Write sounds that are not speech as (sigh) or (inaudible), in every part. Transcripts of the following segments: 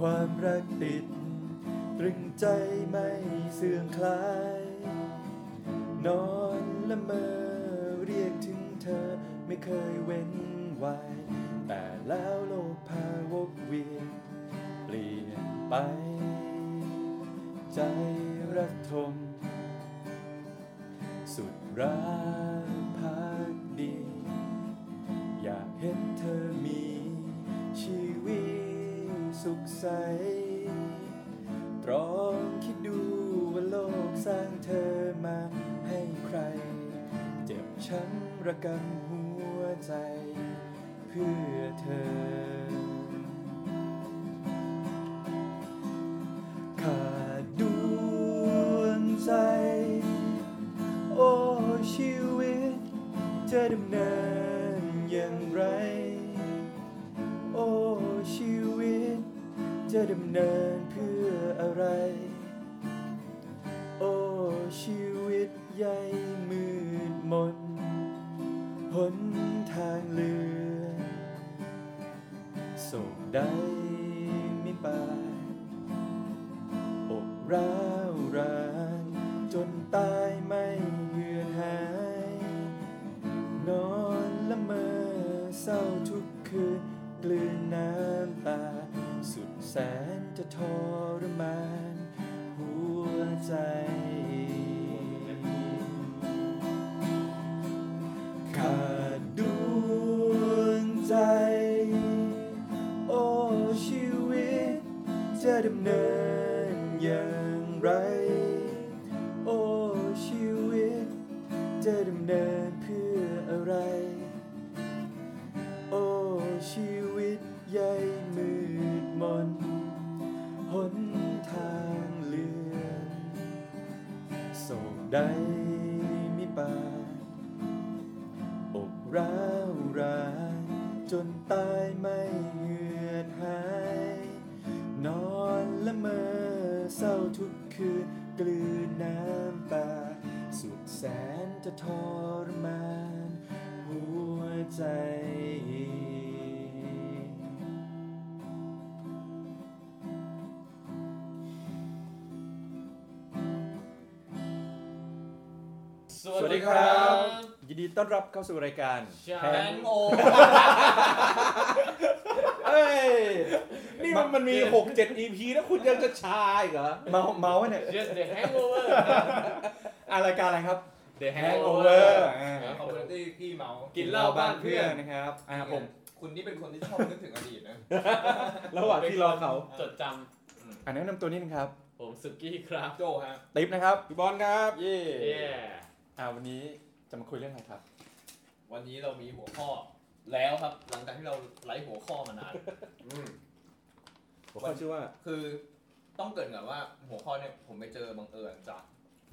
ความรักติด ตรึงใจไม่เสื่อมคลาย นอนละเมอเรียกถึงเธอไม่เคยเว้นวายแต่แล้วโลกพาวกเวียนเปลี่ยนไป ใจระทม สุดรักพักดี อยากเห็นเธอมี ชีวิตสุขใส ตรองคิดดูว่าโลกสร้างเธอมาให้ใคร เจ็บช้ำระกำหัวใจ เพื่อเธอ ขาดดวงใจ โอ้ชีวิต จะดำเนินอย่างไร โอ้ชีวิต จะดำเนินเพื่ออะไร โอ้ชีวิตใยมืดมนหนทางเลือนโศกใดไม่ปรายอกร้าวรานจนตายไม่เหือนหาย นอนละเมอเศร้าทุกคืนกลืนน้ำตา สุดแสนจะทรมาน หัวใจ ขาดดวงใจ โอ้ชีวิต จะดำเนินอย่างไร โอ้ชีวิต จะดำเนินเพื่ออะไร โอ้ชีวิตใยมืดมนหนทางเลือนโศกใดมิปรานอกร้าวรานจนตายไม่เหือดหาย นอนละเมอเศร้าทุกคืนกลืนน้ำตา สุดแสนจะทรมาน หัวใจ ส สวัสดีครับ ยินดีต้อนรับเข้าสู่รายการ แทงโอ เอ้ย นี่มันมันมี เจ็ด 6 7 EP แล้วคุณยังจะชาอีกเหรอ เมาเมาเนี่ย just the hangover (laughs) อ่ะรายการอะไรครับ the Hangover อ่า คอมมูนิตี้พี่เมา กินเหล้าบ้านเพื่อน นะครับอ่าผม คุณนี่เป็นคนที่ชอบนึกถึงอดีตนะ ระหว่างที่รอเขา จดจ อ่ะแนะนำตัวนิดนึงครับ ำผมสุกี้ครับ โจฮะ ติ๊บนะครับ พี่บอลครับ เย่ เย่ อ่ะวันนี้จะมาคุยเรื่องอะไรครับ วันนี้เรามีหัวข้อแล้วครับ หลังจากที่เราไลฟ์หัวข้อมานาน ผมชื่อว่า คือต้องเกรินก่อนว่าหัวข้อเนี่ยผมไปเจอบังเอิญจาก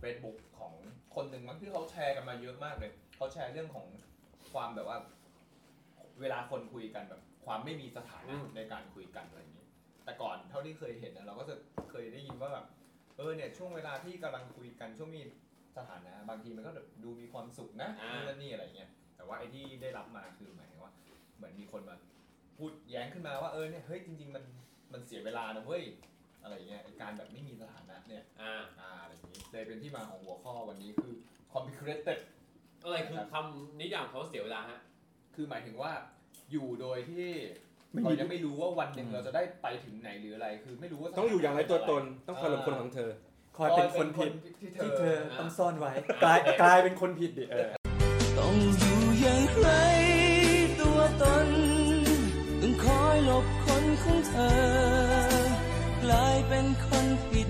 Facebook ของคนหนึ่งมั้งที่เขาแชร์กันมาเยอะมากเลย เขาแชร์เรื่องของความแบบว่า เวลาคนคุยกันแบบ ความไม่มีสถานะในการคุยกันอะไรอย่างนี้ แต่ก่อนเท่าที่เคยเห็นนะเราก็จะเคยได้ยินว่าแบบเออเนี่ยช่วงเวลาที่กำลังคุยกันช่วงมีสถานะ บางทีมันก็แบบดูมีความสุขนะ อ่า นู่นนั่นนี่อะไรเงี้ยแต่ว่าไอ้ที่ได้รับมาคือหมายถึงว่า เหมือนมีคนมาพูดแย้งขึ้นมาว่าเออเนี่ยเฮ้ยจริง ๆ มันมันเสียเวลานะเว้ย อะไรเงี้ยไอ้การแบบไม่มีสถานะเนี่ย อ่า อ่าอะไรอย่างนี้เลยเป็นที่มาของหัวข้อวันนี้คือ complicated อะไรคือคำนิยามเขาเสียเวลาฮะ คือหมายถึงว่าอยู่โดยที่ ไม่มี เรายังไม่รู้ว่าวันหนึ่งเราจะได้ไปถึงไหนหรืออะไร คือไม่รู้ว่า ต้องอยู่อย่างไรตัวตน เ ต้องคอยหลบคนของเธอ คอย รา เป็นคนผิด ที่เธอ ที่เธอ เออ ต้องซ่อนไว้ (laughs) กลายกลายเป็นคนผิดดิเออ ต้องอยู่อย่างไรตัวตนต้องคอยหลบคนของเธอ กลายเป็นคนผิด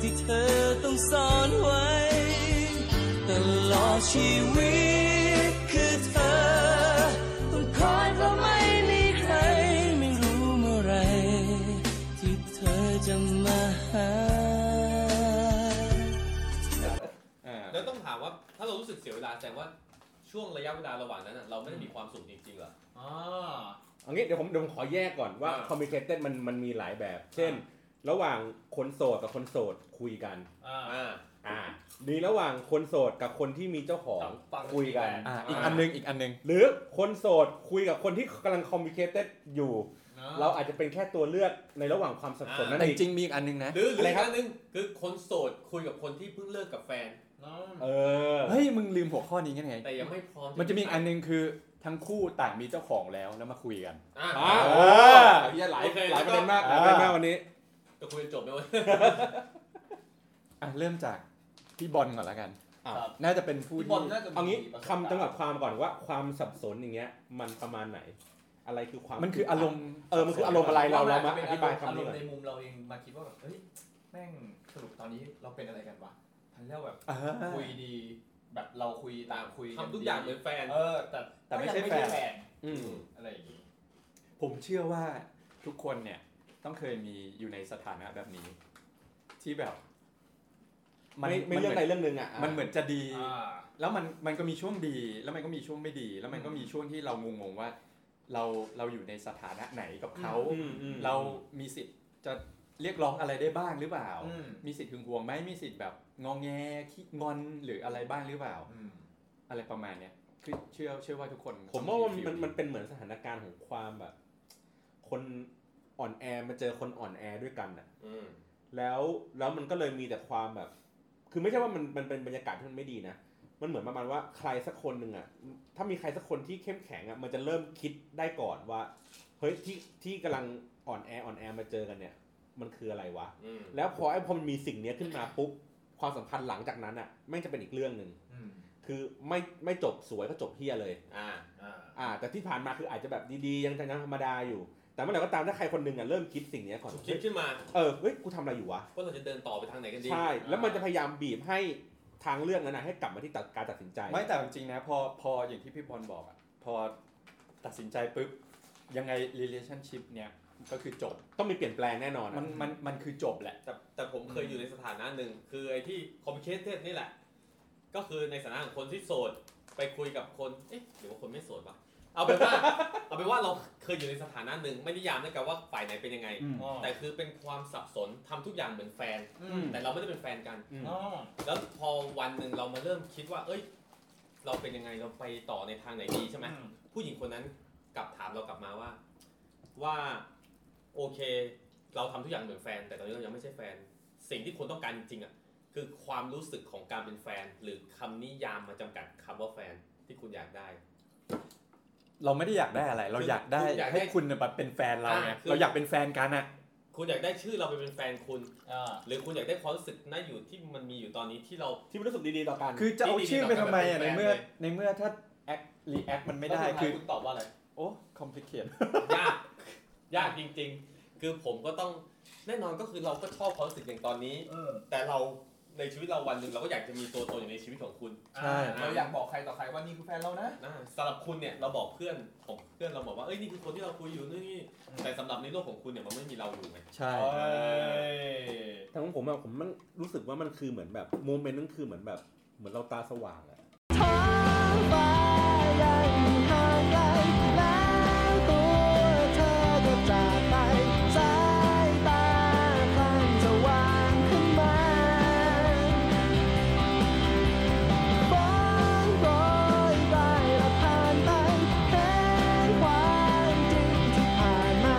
ที่เธอต้องซ่อนไว้ ตลอดชีวิตคือเธอ ต้องคอยเพราะไม่มีใคร ไม่รู้เมื่อไหรที่เธอจะมาหา อ่า แล้วต้องถามว่าถ้าเรารู้สึกเสียเวลาแสดงว่าช่วงระยะเวลาระหว่างนั้นอะเราไม่ได้มีความสุขจริงๆเหรอ อ่า เอางี้เดี๋ยวผมเดี๋ยวผมขอแยกก่อนว่า อ่า complicated มันมันมีหลายแบบ เช่น ระหว่างคนโสดกับคนโสดคุยกัน อ่า อ่า อ่านี่ระหว่างคนโสดกับคนที่มีเจ้าของ ฝั่ง คุยกัน อ่ะอีกอันนึงอีกอันนึง หรือคนโสดคุยกับคนที่กำลัง complicated อยู่ เนาะ เราอาจจะเป็นแค่ตัวเลือกในระหว่างความสับสนนั่น แต่ เองจริงๆมีอีกอันหนึงนะ หรือหรือ ไร อีก ครับ อันหนึงคือคนโสดคุยกับคนที่เพิ่งเลิกกับแฟน เออ เฮ้ย มึงลืมหัวข้อนี้กันไง แต่ยังไม่พร้อม มันจะมีอีกอันหนึงคือทั้งคู่ต่างมีเจ้าของแล้วแล้วมาคุยกัน อ่ะ อ่า เออ เฮียหลาย โอค หลายประเด็นมากห อ่า ลายประเด็นมากวันนี้ จะคุยกันจบไหมวะ อ่ะเริ่มจากพี่บอลก่อนละกัน อ่ะ ครับ น่าจะเป็นผู้ พี่บอล ที่ น่าจะมี เอางี้ ประสบ คำ รณ์ จำกัดความก่อนว่าความสับสนอย่างเงี้ย มันประมาณไหน อะไรคือความ มันคืออารมณ์ เออมันคืออารมณ์อะไรเราเรามา ว่ อ จจะป็น ธิบาย อ คำ ร นี้ ม ก่ ณ์ อน ในมุมเราเองมาคิดว่าแบบเฮ้ยแม่งสรุปตอนนี้เราเป็นอะไรกันวะทั้งเรื่องแบบ อ่า คุยดี แบบเราคุยต่างคุยน ทำทุกอย่างเหมือนแฟน เออแต่ แต่ไม่ใช่ ก็ยัง แฟน แฟน อืม อะไรอย่างงี้ ผมเชื่อว่าทุกคนเนี่ยต้องเคยมีอยู่ในสถานะแบบนี้ ที่แบบ ไม่ไม่เรื่องใดเรื่องหนึ่งอ่ะ มันเหมือนจะดี อ่า แล้วมันมันก็มีช่วงดี แล้วมันก็มีช่วงไม่ดี แล้วมันก็มีช่วงที่เรางงๆว่า เราเราอยู่ในสถานะไหนกับเขา อืมอืม เรามีสิทธิ์จะเรียกร้องอะไรได้บ้างหรือเปล่า อืม มีสิทธิ์หึงหวงไหมมีสิทธิ์แบบงองแงขี้งอนหรืออะไรบ้างหรือเปล่า อืม อะไรประมาณเนี้ยคือเชื่อเชื่อว่าทุกคน ผมว่ามัน ฟีล มันมันเป็นเหมือนสถานการณ์ของความแบบ คนอ่อนแอมาเจอคนอ่อนแอด้วยกันน่ะ อืม แล้วแล้วมันก็เลยมีแต่ความแบบ คือไม่ใช่ว่ามันมันเป็นบรรยากาศที่มันไม่ดีนะ มันเหมือนประมาณว่าใครสักคนหนึ่งอ่ะ ถ้ามีใครสักคนที่เข้มแข็งอ่ะมันจะเริ่มคิดได้ก่อนว่าเฮ้ยที่ที่กำลังอ่อนแออ่อนแอมาเจอกันเนี่ย มันคืออะไรวะ อืม แล้วพอไอ้พอมันมีสิ่งเนี้ยขึ้นมาปุ๊บความสัมพันธ์หลังจากนั้นอ่ะแม่งจะเป็นอีกเรื่องหนึ่ง อืม คือไม่ไม่จบสวยก็จบเฮี้ยเลย อ่า อ่า อ่าแต่ที่ผ่านมาคืออาจจะแบบดีๆยังยังธรรมดาอยู่ แต่เมื่อไหร่ก็ตามถ้าใครคนหนึ่งอ่ะเริ่มคิดสิ่งเนี้ยก่อน คิดขึ้นมา เออเฮ้ยกูทำอะไรอยู่วะ ว่าเราจะเดินต่อไปทางไหนกันดี ใช่แล้วมันจะพยายามบีบให้ทางเรื่องนั้นนะให้กลับมาที่ตัดการตัดสินใจ ไม่แต่จริงๆนะพอพออย่างที่พี่บอลบอกอะพอตัดสินใจปุ๊บยังไง relationship เนี่ยก็คือจบ ต้องมีเปลี่ยนแปลงแน่นอนอะ มันมันมันคือจบแหละ แต่แต่ผมเคยอยู่ในสถานะหนึ่งคือไอ้ที่คอมมิเคเต็ดนี่แหละ ก็คือในสถานะของคนที่โสดไปคุยกับคนเอ๊ะหรือว่าคนไม่โสดวะเอาเป็นว่า เอาเป็นว่าเราเคยอยู่ในสถานะหนึ่งไม่นิยามด้วยกันว่าฝ่ายไหนเป็นยังไง อ๋อ แต่คือเป็นความสับสนทำทุกอย่างเหมือนแฟน อืม แต่เราไม่ได้เป็นแฟนกัน อืม อ๋อ แล้วพอวันหนึ่งเรามาเริ่มคิดว่า เอ้ย เราเป็นยังไงเราไปต่อในทางไหนดีใช่ไหม อืม ผู้หญิงคนนั้นกลับถามเรากลับมาว่า ว่าโอเค เราทำทุกอย่างเหมือนแฟน แต่ตอนนี้เรายังไม่ใช่แฟน สิ่งที่คนต้องการจริงๆอ่ะคือความรู้สึกของการเป็นแฟน หรือคำนิยามมาจำกัดคำว่าแฟนที่คุณอยากได้ เราไม่ได้อยากได้อะไร เราอยากได้ คืออยากได้ ให้คุณน่ะแบบเป็นแฟนเราไง อ่าคือ เราอยากเป็นแฟนกันอะ คุณอยากได้ชื่อเราไปเป็นแฟนคุณ อ่า หรือคุณอยากได้ความรู้สึกน่าอยู่ที่มันมีอยู่ตอนนี้ที่เรา ที่มันรู้สึกดีๆต่อกัน คือจะเอาชื่อไปทำไมอะ ดี ใน ๆเราก็เป็นแฟน เมื่อ เลย ในเมื่อถ้า act react มันไม่ได้ แล้วสุท้าย คือ คุณตอบว่าอะไร โอ้ complicated ยาก ยากจริง ๆ คือผมก็ต้องแน่นอนก็คือเราก็ชอบความรู้สึกอย่างตอนนี้ เออ แต่เราในชีวิตเราวันหนึ่งเราก็อยากจะมีตัวตนอยู่ในชีวิตของคุณ ใช่ เราอยากบอกใครต่อใครว่านี่คือแฟนเรานะ อ่าสำหรับคุณเนี่ยเราบอกเพื่อนของเพื่อนเราบอกว่าเอ้ยนี่คือคนที่เราคุยอยู่นู่นนี่ อืม แต่สำหรับในโลกของคุณเนี่ยมันไม่มีเราอยู่ไง ใช่ เอ้ย แต่ของผมอะผมมันรู้สึกว่ามันคือเหมือนแบบโมเมนต์นั้นคือเหมือนแบบเหมือนเราตาสว่างอะ ท้องฟ้ายังห่างไกลแม้ตัวเธอจะจากไป สายตาคลั่งจะวางขึ้นมาฟ้องร้อยใบละผ่านไปแค่ความจริงที่ผ่านมา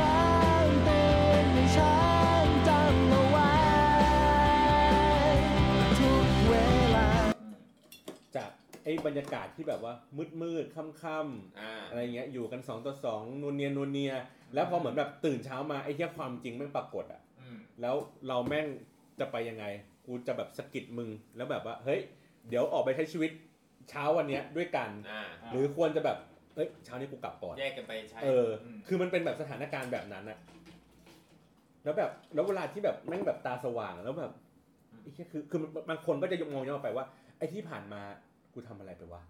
ยังเตือนให้ฉันจำเอาไว้ ทุกเวลา จากไอ้บรรยากาศที่แบบว่ามืดมืดๆค่ำๆ อ่า อะไรเงี้ยอยู่กัน2ต่อ2นวเนียนวเนีย แล้วพอเหมือนแบบตื่นเช้ามาไอ้ที่ความจริงไม่งปรากฏอะ อืม แล้วเราแม่งจะไปยังไง กูจะแบบสะกิดมึงแล้วแบบว่าเฮ้ยเดี๋ยวออกไปใช้ชีวิตเช้าวันเนี้ยด้วยกัน อ่า หรือควรจะแบบเอ้ยเช้านี้กูกลับก่อน แยกกันไปใช้ เออ คือมันเป็นแบบสถานการณ์แบบนั้นอะแล้วแบบแล้วเวลาที่แบบแม่งแบบตาสว่างแล้วแบบไอ้เหี้ยคือคือมันบางคนก็จะมองย้อนไปว่าไอ้ที่ผ่านมากูทำอะไรไปวะ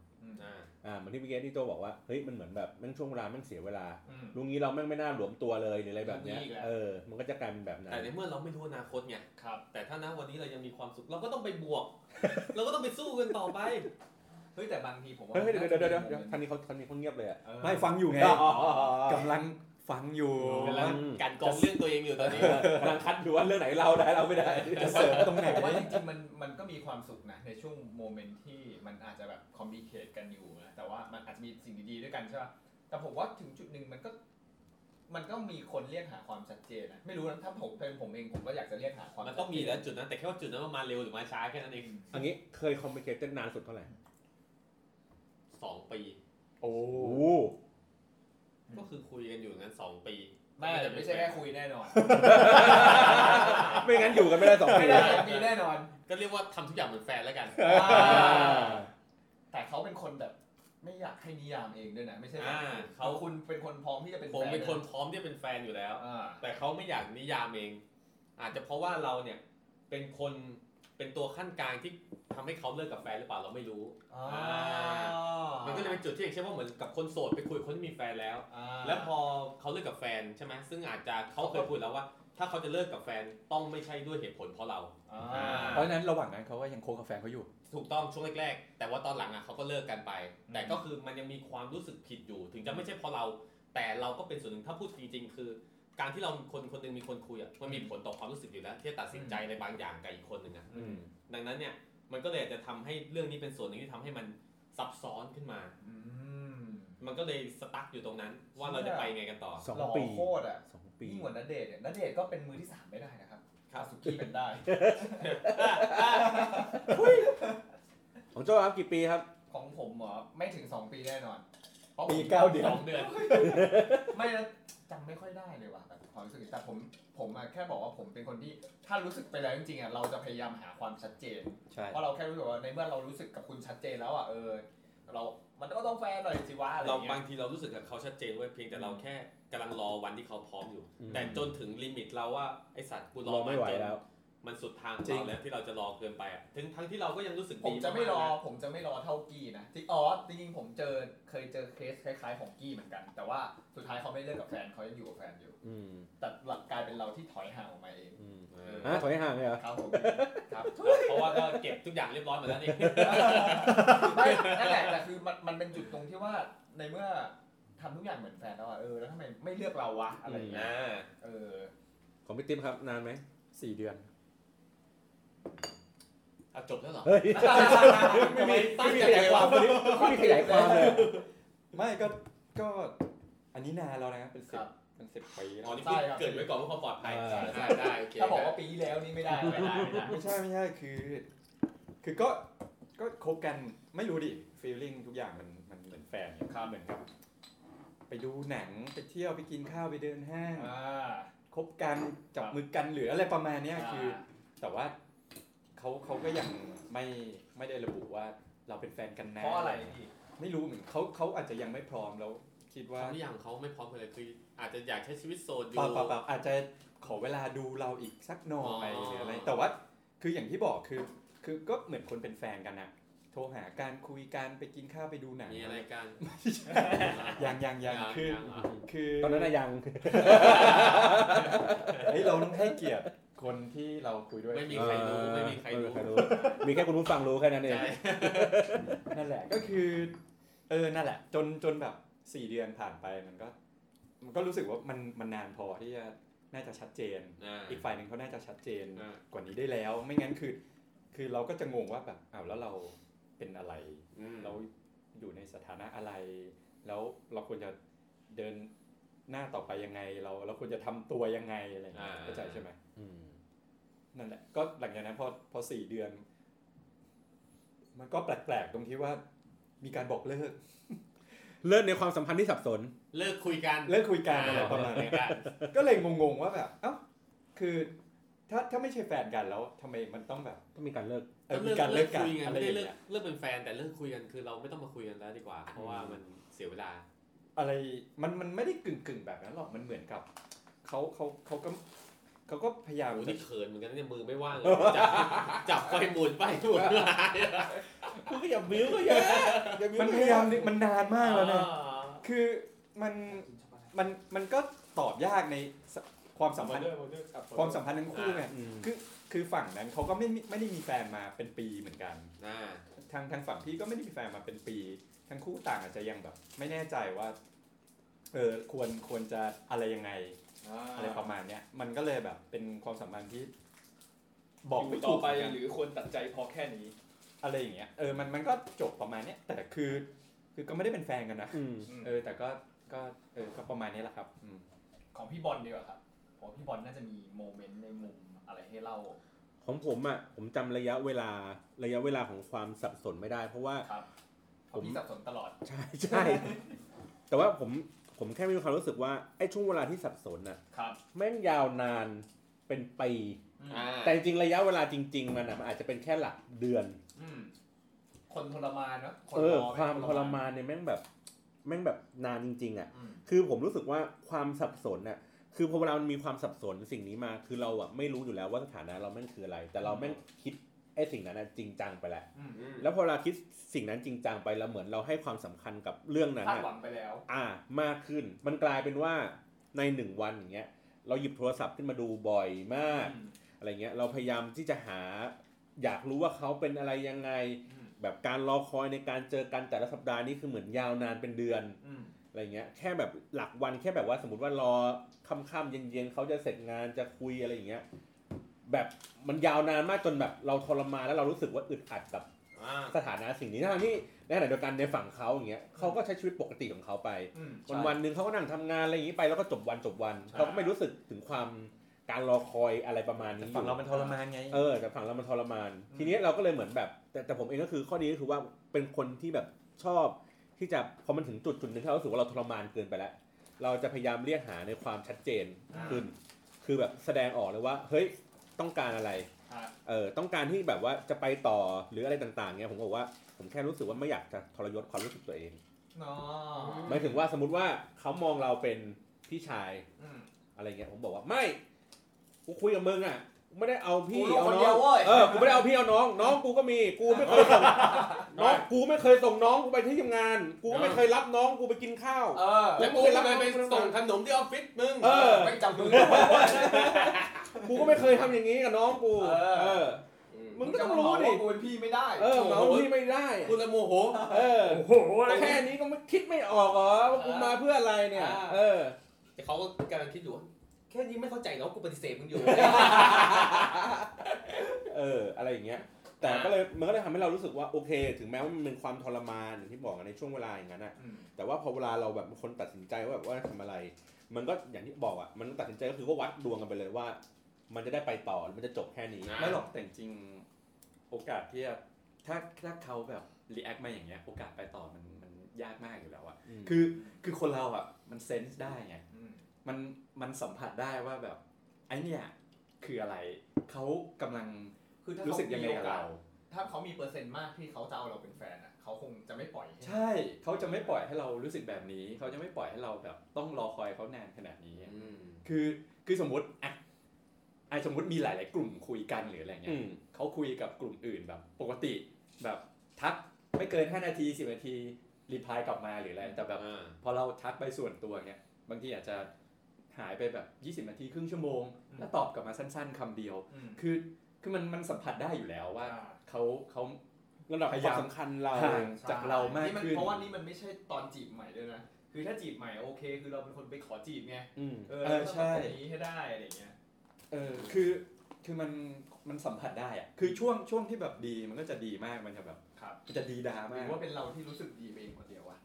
อ่า อ่าเหมือนที่พี่เกดที่โจบอกว่าเฮ้ยมันเหมือนแบบแม่งช่วงเวลาแม่งเสียเวลา อืม ลุงนี้เราแม่งไม่น่าหลวมตัวเลยหรืออะไรแบบเนี้ย มีอีกแล้ว เออ มันก็จะกลายเป็นแบบนั้น แต่ในเมื่อเราไม่รู้อนาคตไง ครับ แต่ถ้านะวันนี้เรายังมีความสุขเราก็ต้องไปบวก เราก็ต้องไปสู้กันต่อไป เฮ้ยแต่บางทีผมว่า เฮ้ยเดี๋ยวเดี๋ยวเดี๋ยวเดี๋ยว มัน เดี๋ยว น่าจะ ทางนี้เขาทางนี้เขาเงียบเลยอ่ะ เออ ไม่ฟังอยู่ไง อ๋ออ๋ออ๋ออ๋อก ำลังฟังอยู่ กำลังการกองเรื่องตัวเองอยู่ตอนนี้ กำลังคัดอยู่ว่าเรื่องไหนเราได้เราไม่ได้ จะเสริมตรงไหน ผมว่าจริงๆมันมันก็มีความสุขนะในช่วงโมเมนต์ที่มันอาจจะแบบคอมมิเคตกันอยู่นะแต่ว่ามันอาจจะมีสิ่งดีๆด้วยกันใช่ป่ะแต่ผมว่าถึงจุดหนึ่งมันก็ มันก็มีคนเรียกหาความชัดเจนนะไม่รู้นะถ้าผมเป็นผมเองผมก็อยากจะเรียกหาความ มันต้องมีแล้วจุดนั้นแต่แค่ว่าจุดนั้นมันมาเร็วหรือมาช้าแค่นั้นเอง อันนี้เคยคอมเพลเตนานสุดเท่าไหร่ สองปี โอ้ โอ้ ก็คือคุยกันอยู่อย่างนั้นสองปี ไม่ไม่ใช่แค่คุยแน่นอน ไม่งั้นอยู่กันไม่ได้สอง ไม่ ปี ได้ (laughs) มีแน่นอน ก็เรียกว่าทำทุกอย่างเหมือนแฟนแล้วกัน แต่เขาเป็นคนแบบไม่อยากให้นิยามเองด้วยนะ ไม่ใช่แบบ อ่า เขา เขา คุณเป็นคนพร้อมที่จะเป็น ผมเป็น แฟ คนพร้อมที่จะเป็นแฟนอยู่แล้ว อ่า แต่เขาไม่อยากนิยามเอง อาจจะเพราะว่าเราเนี่ยเป็นคนเป็นตัวขั้นกลางที่ทำให้เขาเลิกกับแฟนหรือเปล่าเราไม่รู้ อ่า มันก็เลยเป็นจุดที่อย่างเช่นว่าเหมือนกับคนโสดไปคุยกับคนที่มีแฟนแล้ว อ่า แล้วพอเขาเลิกกับแฟนใช่ไหมซึ่งอาจจะเขาเคยพูดแล้วว่า ถ้าเขาจะเลิกกับแฟนต้องไม่ใช่ด้วยเหตุผลเพราะเรา อ่า เพราะฉะนั้นระหว่างนั้นเขาก็ยังโคกับแฟนเขาอยู่ ถูกต้องช่วงแรกๆ แต่ว่าตอนหลังอ่ะเขาก็เลิกกันไป แต่ก็คือมันยังมีความรู้สึกผิดอยู่ ถึงจะไม่ใช่เพราะเรา แต่เราก็เป็นส่วนหนึ่งถ้าพูดจริงๆ คือ การที่เราคนคนหนึงมีคนคุยอ่ะมันมีผลต่อความรู้สึกอยู่แล้วที่จะตัดสินใจในบางอย่างกับอีกคนหนึ่งอ่ะ อืม ดังนั้นเนี่ยมันก็เลยอาจจะทำให้เรื่องนี้เป็นส่วนหนึ่งที่ทำให้มันซับซ้อนขึ้นมา อืม มันก็เลยสตั๊กอยู่ตรงนั้นว่าเราจะไปยังไงกันต่อ สอง หล่อ ปี โคตรอ่ะ สองปี ยิ่งกว่านัดเดทเนี่ยนัดเดทก็เป็นมือที่สามไม่ได้นะครับ ครับ สุกี้เป็นได้ ของโจ้ครับกี่ปีครับ ของผมเหรอไม่ถึงสองปีแน่นอน ปีเก้าเดือน สองเดื (laughs) อน ไม่นะจำไม่ค่อยได้เลยว่ะแบบความรู้สึกแต่ผมผมอะแค่บอกว่าผมเป็นคนที่ถ้ารู้สึกไปแล้วจริงๆอะเราจะพยายามหาความชัดเจน ใช่ เพราะเราแค่รู้สึกว่าในเมื่อเรารู้สึกกับคุณชัดเจนแล้วอ่ะเออเรามันก็ต้องแฟร์หน่อยสิวะอะไรอ เรา ย่างเงี้ บาย งทีเรารู้สึกกับเขาชัดเจนเว้ยเพียงแต่เราแค่กำลังรอวันที่เขาพร้อมอยู่ อืม แต่จนถึงลิมิตเราว่าไอสัตว์กูร ร อ อไม่ไหว าจน แล้ว มันสุดทาง จริง เราแล้วที่เราจะรอเกินไปอะถึงทั้งที่เราก็ยังรู้สึก ผ ดี มจะไม่รอ ากๆน ผมจะไม่รอเท่ากี้นะที่อ๋อจริงๆผมเจอเคยเจอเคสคล้าย ๆ ของกี้เหมือนกัน แต่ว่าสุดท้ายเขาไม่เลิกกับแฟนเขายังอยู่กับแฟนอยู่ อืม แต่หลักกลายเป็นเราที่ถอยห่างออกมาเอง อืม เออ ฮะถอยห่างเลยเหรอ ครับผมครับ เพราะว่าก็เก็บทุกอย่างเรียบร้อยหมดแล้วนี่ ไม่นั่นแหละแต่คือมันมันเป็นจุดตรงที่ว่าในเมื่อทำทุกอย่างเหมือนแฟนแล้วอะเออแล้วทำไมไม่เลือกเราวะอะไรอย่างเงี้ย อ่า เออ ของพี่ติ๊มครับนานไหม สี่เดือน เอาจบแล้วเหรอ เฮ้ย ทำไมตั้งใจความ ไม่มีขยายความเลยอะ ไม่ก็ก็อันนี้นานแล้วนะครับเป็นสิบเป็นสิบปีแล้ อ๋ ว อนี่พูดเกิดไว้ก่อนเพื่อความปลอดภัยได้ได้โอเค ถ้าบอกว่าปีที่แล้วนี่ไม่ได้ไม่ได้ไม่ได้ ไม่ใช่ไม่ใช่คือ คือก็ก็คบกันไม่รู้ดิฟีลลิ่งทุกอย่างมันมันเหมือนแฟนเนี่ยเหมือนกับไปดูหนังไปเที่ยวไปกินข้าวไปเดินห้าง อ่า คบกันจับมือกันหรืออะไรประมาณเนี้ย อ่า คือ แต่ว่าเขาเขาก็ยังไม่ไม่ได้ระบุว่าเราเป็นแฟนกันนะ เพราะอะไรพี่ ไม่รู้เหมือนเขาเขาอาจจะยังไม่พร้อมแล้วคิดว่า คำนิยามเขาไม่พร้อมกันเลยคือ อาจจะอยากใช้ชีวิตโสดอ เป ยู่ ล่าเปล่าเปล่าอาจจะขอเวลาดูเราอีกสักหน่อย อ๋อ หรืออะไร แต่ว่าคืออย่างที่บอกคือคือก็เหมือนคนเป็นแฟนกันนะโทรหาการคุยกันไปกินข้าวไปดูหนัง มีอะไรกัน ยังยังยังคือ ยังเหรอ คือ ตอนนั้นอะยัง เฮ้ยเราต้องให้เกียรติคนที่เราคุยด้วย ไม่มีใครรู้ เออ ไม่มีใครรู้ ไม่มีใครรู้ มีแค่คุณผู้ฟังรู้แค่นั้นเอง ใช่ นั่นแหละก็คือเออนั่นแหละ จนจนแบบสี่เดือนผ่านไปมันก็ มันก็รู้สึกว่ามันมันนานพอที่จะน่าจะชัดเจน อ่า อีกฝ่ายหนึ่งเขาน่าจะชัดเจน อ่า กว่านี้ได้แล้ว ไม่งั้นคือ คือเราก็จะงงว่าแบบอ้าวแล้วเราเป็นอะไร อืม เราอยู่ในสถานะอะไร แล้วเราควรจะเดินหน้าต่อไปยังไง เราเราควรจะทำตัวยังไงอะไรอย่างเงี้ย อ่า เข้าใจใช่ไหม อืม นั่นแหละก็หลังจากนั้นพอพอสี่เดือน มันก็แปลกๆตรงที่ว่ามีการบอกเลิก เลิกในความสัมพันธ์ที่สับสน เลิกคุยกัน เลิกคุยกันอะไรประมาณ เลิ นี้ กคุยกัน ก็เลยงงๆว่าแบบเอ้าคือถ้าถ้าไม่ใช่แฟนกันแล้วทำไมมันต้องแบบ ต้องมีการเลิก เออมีการเลิกกัน คุยไง อะไร ไม่ อ ได้ ย่าง เลิก เงี้ย เลิกเป็นแฟนแต่เลิกคุยกันคือเราไม่ต้องมาคุยกันแล้วดีกว่า เพราะว่ามันเสียเวลา อะไรมันมันไม่ได้กึ่งกึ่งๆแบบนั้นหรอกมันเหมือนกับเขาเขาเขาก็เขาก็พยายาม โอ้ จะ นี่เขินเหมือนกันนะเนี่ยมือไม่ว่างเลยจับ (laughs) จับไฟหมุนไปหมุนมา (laughs) ก็อย่าบิ้วก็อย่าอย่าบิ้ว มันพยายามนึกมันนานมากแล้วนะ อ๋อ คือมันมันมันก็ตอบยากในสความสัมพันธ์ความสัมพันธ์ทั้งคู่ไง อืม คือคือฝั่งนั้นเขาก็ไม่มีไม่ได้มีแฟนมาเป็นปีเหมือนกัน อ่า ทางทางฝั่งพี่ก็ไม่ได้มีแฟนมาเป็นปี ทั้งคู่ต่างอาจจะยังแบบ ไม่แน่ใจว่าเออควรควรจะอะไรยังไง อะไรประมาณเนี้ยมันก็เลยแบบเป็นความสัมพันธ์ที่ บอกไม่ถูกเหมือนกัน หรือควรตัดใจพอแค่นี้ อะไรอย่างเงี้ยเออมันมันก็จบประมาณเนี้ยแต่คือ คือก็ไม่ได้เป็นแฟนกันนะ อืม เออแต่ก็ก็เออก็ประมาณนี้แหละครับอืม ของพี่บอลดีกว่าครับผมว่าพี่บอลน่าจะมีโมเมนต์ในมุมอะไรให้เล่า ของผมอ่ะผมจำระยะเวลาระยะเวลาของความสับสนไม่ได้ เพราะว่า ครับเพราะพี่สับสนตลอด ใช่ใช่แต่ว่าผมผมแค่มีความรู้สึกว่าไอ้ช่วงเวลาที่สับสนอ่ะ ครับ แม่งยาวนานเป็นปี อืม อ่า แต่จริงๆระยะเวลาจริง ๆ มันอะมันอาจจะเป็นแค่หลักเดือน อืมคนทรมานเนอะคน เออ รไห ความทรมานเนี่ยแม่งแบบแม่งแบบนานจริง ๆ อ่ะ อืม คือผมรู้สึกว่าความสับสนน่ะคือพอเวลามันมีความสับสนสิ่งนี้มาคือเราอ่ะไม่รู้อยู่แล้วว่าสถานะเราแม่งคืออะไร แต่เราแม่งคิดไอ้สิ่งนั้นนะจริงจังไปแล้ว อืม อืม แล้วพอเราคิดสิ่งนั้นจริงจังไปเราเหมือนเราให้ความสำคัญกับเรื่องนั้น คาด อ่ะ หวังไปแล้ว อ่ามากขึ้นมันกลายเป็นว่าในหนึ่งวันอย่างเงี้ยเราหยิบโทรศัพท์ขึ้นมาดูบ่อยมาก อืม อะไรเงี้ยเราพยายามที่จะหา อยากรู้ว่าเขาเป็นอะไรยังไง อืม แบบการรอคอยในการเจอกันแต่ละสัปดาห์นี่คือเหมือนยาวนานเป็นเดือน อืม อะไรเงี้ยแค่แบบหลักวันแค่แบบว่าสมมติว่ารอค่ำๆเย็นๆเขาจะเสร็จงานจะคุยอะไรอย่างเงี้ยแบบมันยาวนานมากจนแบบเราทรมานแล้วเรารู้สึกว่าอึดอัดกับ อ่า สถานะสิ่งนี้ทั้งที่ในขณะเดียวกันในฝั่งเขาอย่างเงี้ยเขาก็ใช้ชีวิตปกติของเขาไป อืม วันวันๆหนึ่งเขาก็นั่งทำงานอะไรอย่างนี้ไปแล้วก็จบวันจบวัน ใช่ เขาก็ไม่รู้สึกถึงความการรอคอยอะไรประมาณนี้อ ฝั่ง ยู่ เรามันทรมานไง เออแต่ฝั่งเรามันทรมาน ทีนี้เราก็เลยเหมือนแบบ แต่แต่ผมเองก็คือข้อดีก็คือว่าเป็นคนที่แบบชอบที่จะพอมันถึงจุดจุดหนึ่งที่เรารู้สึกว่าเราทรมานเกินไปแล้ว เราจะพยายามเรียกหาในความชัดเจนขึ้น คือแบบแสดงออกเลยว่าเฮ้ยต้องการอะไร ฮะ เออต้องการที่แบบว่าจะไปต่อหรืออะไรต่างๆเนี่ยผมบอกว่าผมแค่รู้สึกว่าไม่อยากจะทรยศความรู้สึกตัวเอง เนาะ หมายถึงว่าสมมติว่าเขามองเราเป็นพี่ชาย อืม อะไรเงี้ยผมบอกว่าไม่กูคุยกับมึงอ่ะกูไม่ได้เอาพี่ กูรู้ เอา คน น้ เดี อ ยว ง เว้ย เออกูไม่ได้เอาพี่เอาน้อง น้องกูก็มีกูไม่เคย (laughs) ส่งน้องกูไม่เคยส่งน้องกูไปที่ทำงาน กูก็ไม่เคยรับน้องกูไปกินข้าว เออ แล้วกูทำไมไปส่งขนมที่ออฟฟิศมึง เออ ไม่จับมือ กูก็ไม่เคยทำอย่างนี้กับน้องกู เออ เออ ม มึงก็ต้องรู้ดิ ว่ากูเป็นพี่ไม่ได้ เออเมาพี่ไม่ได้ กูเลยโมโห เออ โอ้โหอะไร แค่นี้ก็ไม่คิดไม่ออกเหรอว่ากูมาเพื่ออะไรเนี่ย อ่า เอ (laughs) อ แต่เขาก็กำลังคิดอยู่ว่าแค่นี้ไม่เข้าใจแล้วากูปฏิเสธมึงอยู่ เอออะไรอย่างเงี้ยแต่ก็เลยมันก็เลยทำให้เรารู้สึกว่าโอเค ถึงแม้ว่ามันเป็นความทรมานอย่างที่บอกอะในช่วงเวลาอย่างนั้นอะ อืม แต่ว่าพอเวลาเราแบบเป็นคนตัดสินใจว่าแบบว่าทำอะไร มันก็อย่างที่บอกอ่ะมันตัดสินใจก็คือก็วัดดวงกันไปเลยว่า มันจะได้ไปต่อหรือมันจะจบแค่นี้ อ่ะ ไม่หรอกแต่จริงโอกาสที่จะถ้าถ้าเขาแบบรีแอคมาอย่างเงี้ย โอกาสไปต่อมันมันยากมากอยู่แล้วอะ อืม คือคือคนเราอะมันเซนส์ได้ไง อืม มันมันสัมผัสได้ว่าแบบไอเนี่ยคืออะไรเขากำลัง คือถ้า รู้ รู้ สึกยังไงกับเรา ถ้าเขามีเปอร์เซ็นต์มากที่เขาจะเอาเราเป็นแฟนอ่ะเขาคงจะไม่ปล่อยห้ ใช่เขาจะไม่ปล่อยให้เรารู้สึกแบบนี้ เขาจะไม่ปล่อยให้เราแบบต้องรอคอยเขานานขนาดนี้ คือคือสมมติอะไอะสมมติมีหลาย ๆ กลุ่มคุยกันหรืออะไรเงี้ อื ย ม เขาคุยกับกลุ่มอื่นแบบปกติแบบทักไม่เกิน 5 นาที 10 นาทีรีพลายกลับมาหรืออะไร แต่แบบ อ่า พอเราทักไปส่วนตัวเนี้ยบางทีอาจจะหายไปแบบ 20 นาทีครึ่งชั่วโมง แล้วตอบกลับมาสั้น ๆคำเดียว อืม คือคือมันมันสัมผัสได้อยู่แล้วว่า อ่า เขาเขา ระดับ พยายาคาวม มสำคัญเรา ห่างจากเรามาก นี่น ขึ้น เพราะว่านี่มันไม่ใช่ตอนจีบใหม่ด้วยนะ คือถ้าจีบใหม่โอเค คือเราเป็นคนไปขอจีบไง อืม เออ เออใช่ ต้องทำแบบนี้ให้ได้อะไรอย่างเงี้ย เออคือคือมันมันสัมผัสได้อะคือช่วงช่วงที่แบบดีมันก็จะดีมากมันจะแบบ ครับ มันจะดีดา ห มาก รือว่าเป็นเราที่รู้สึกดีไปเองคนเดียววะ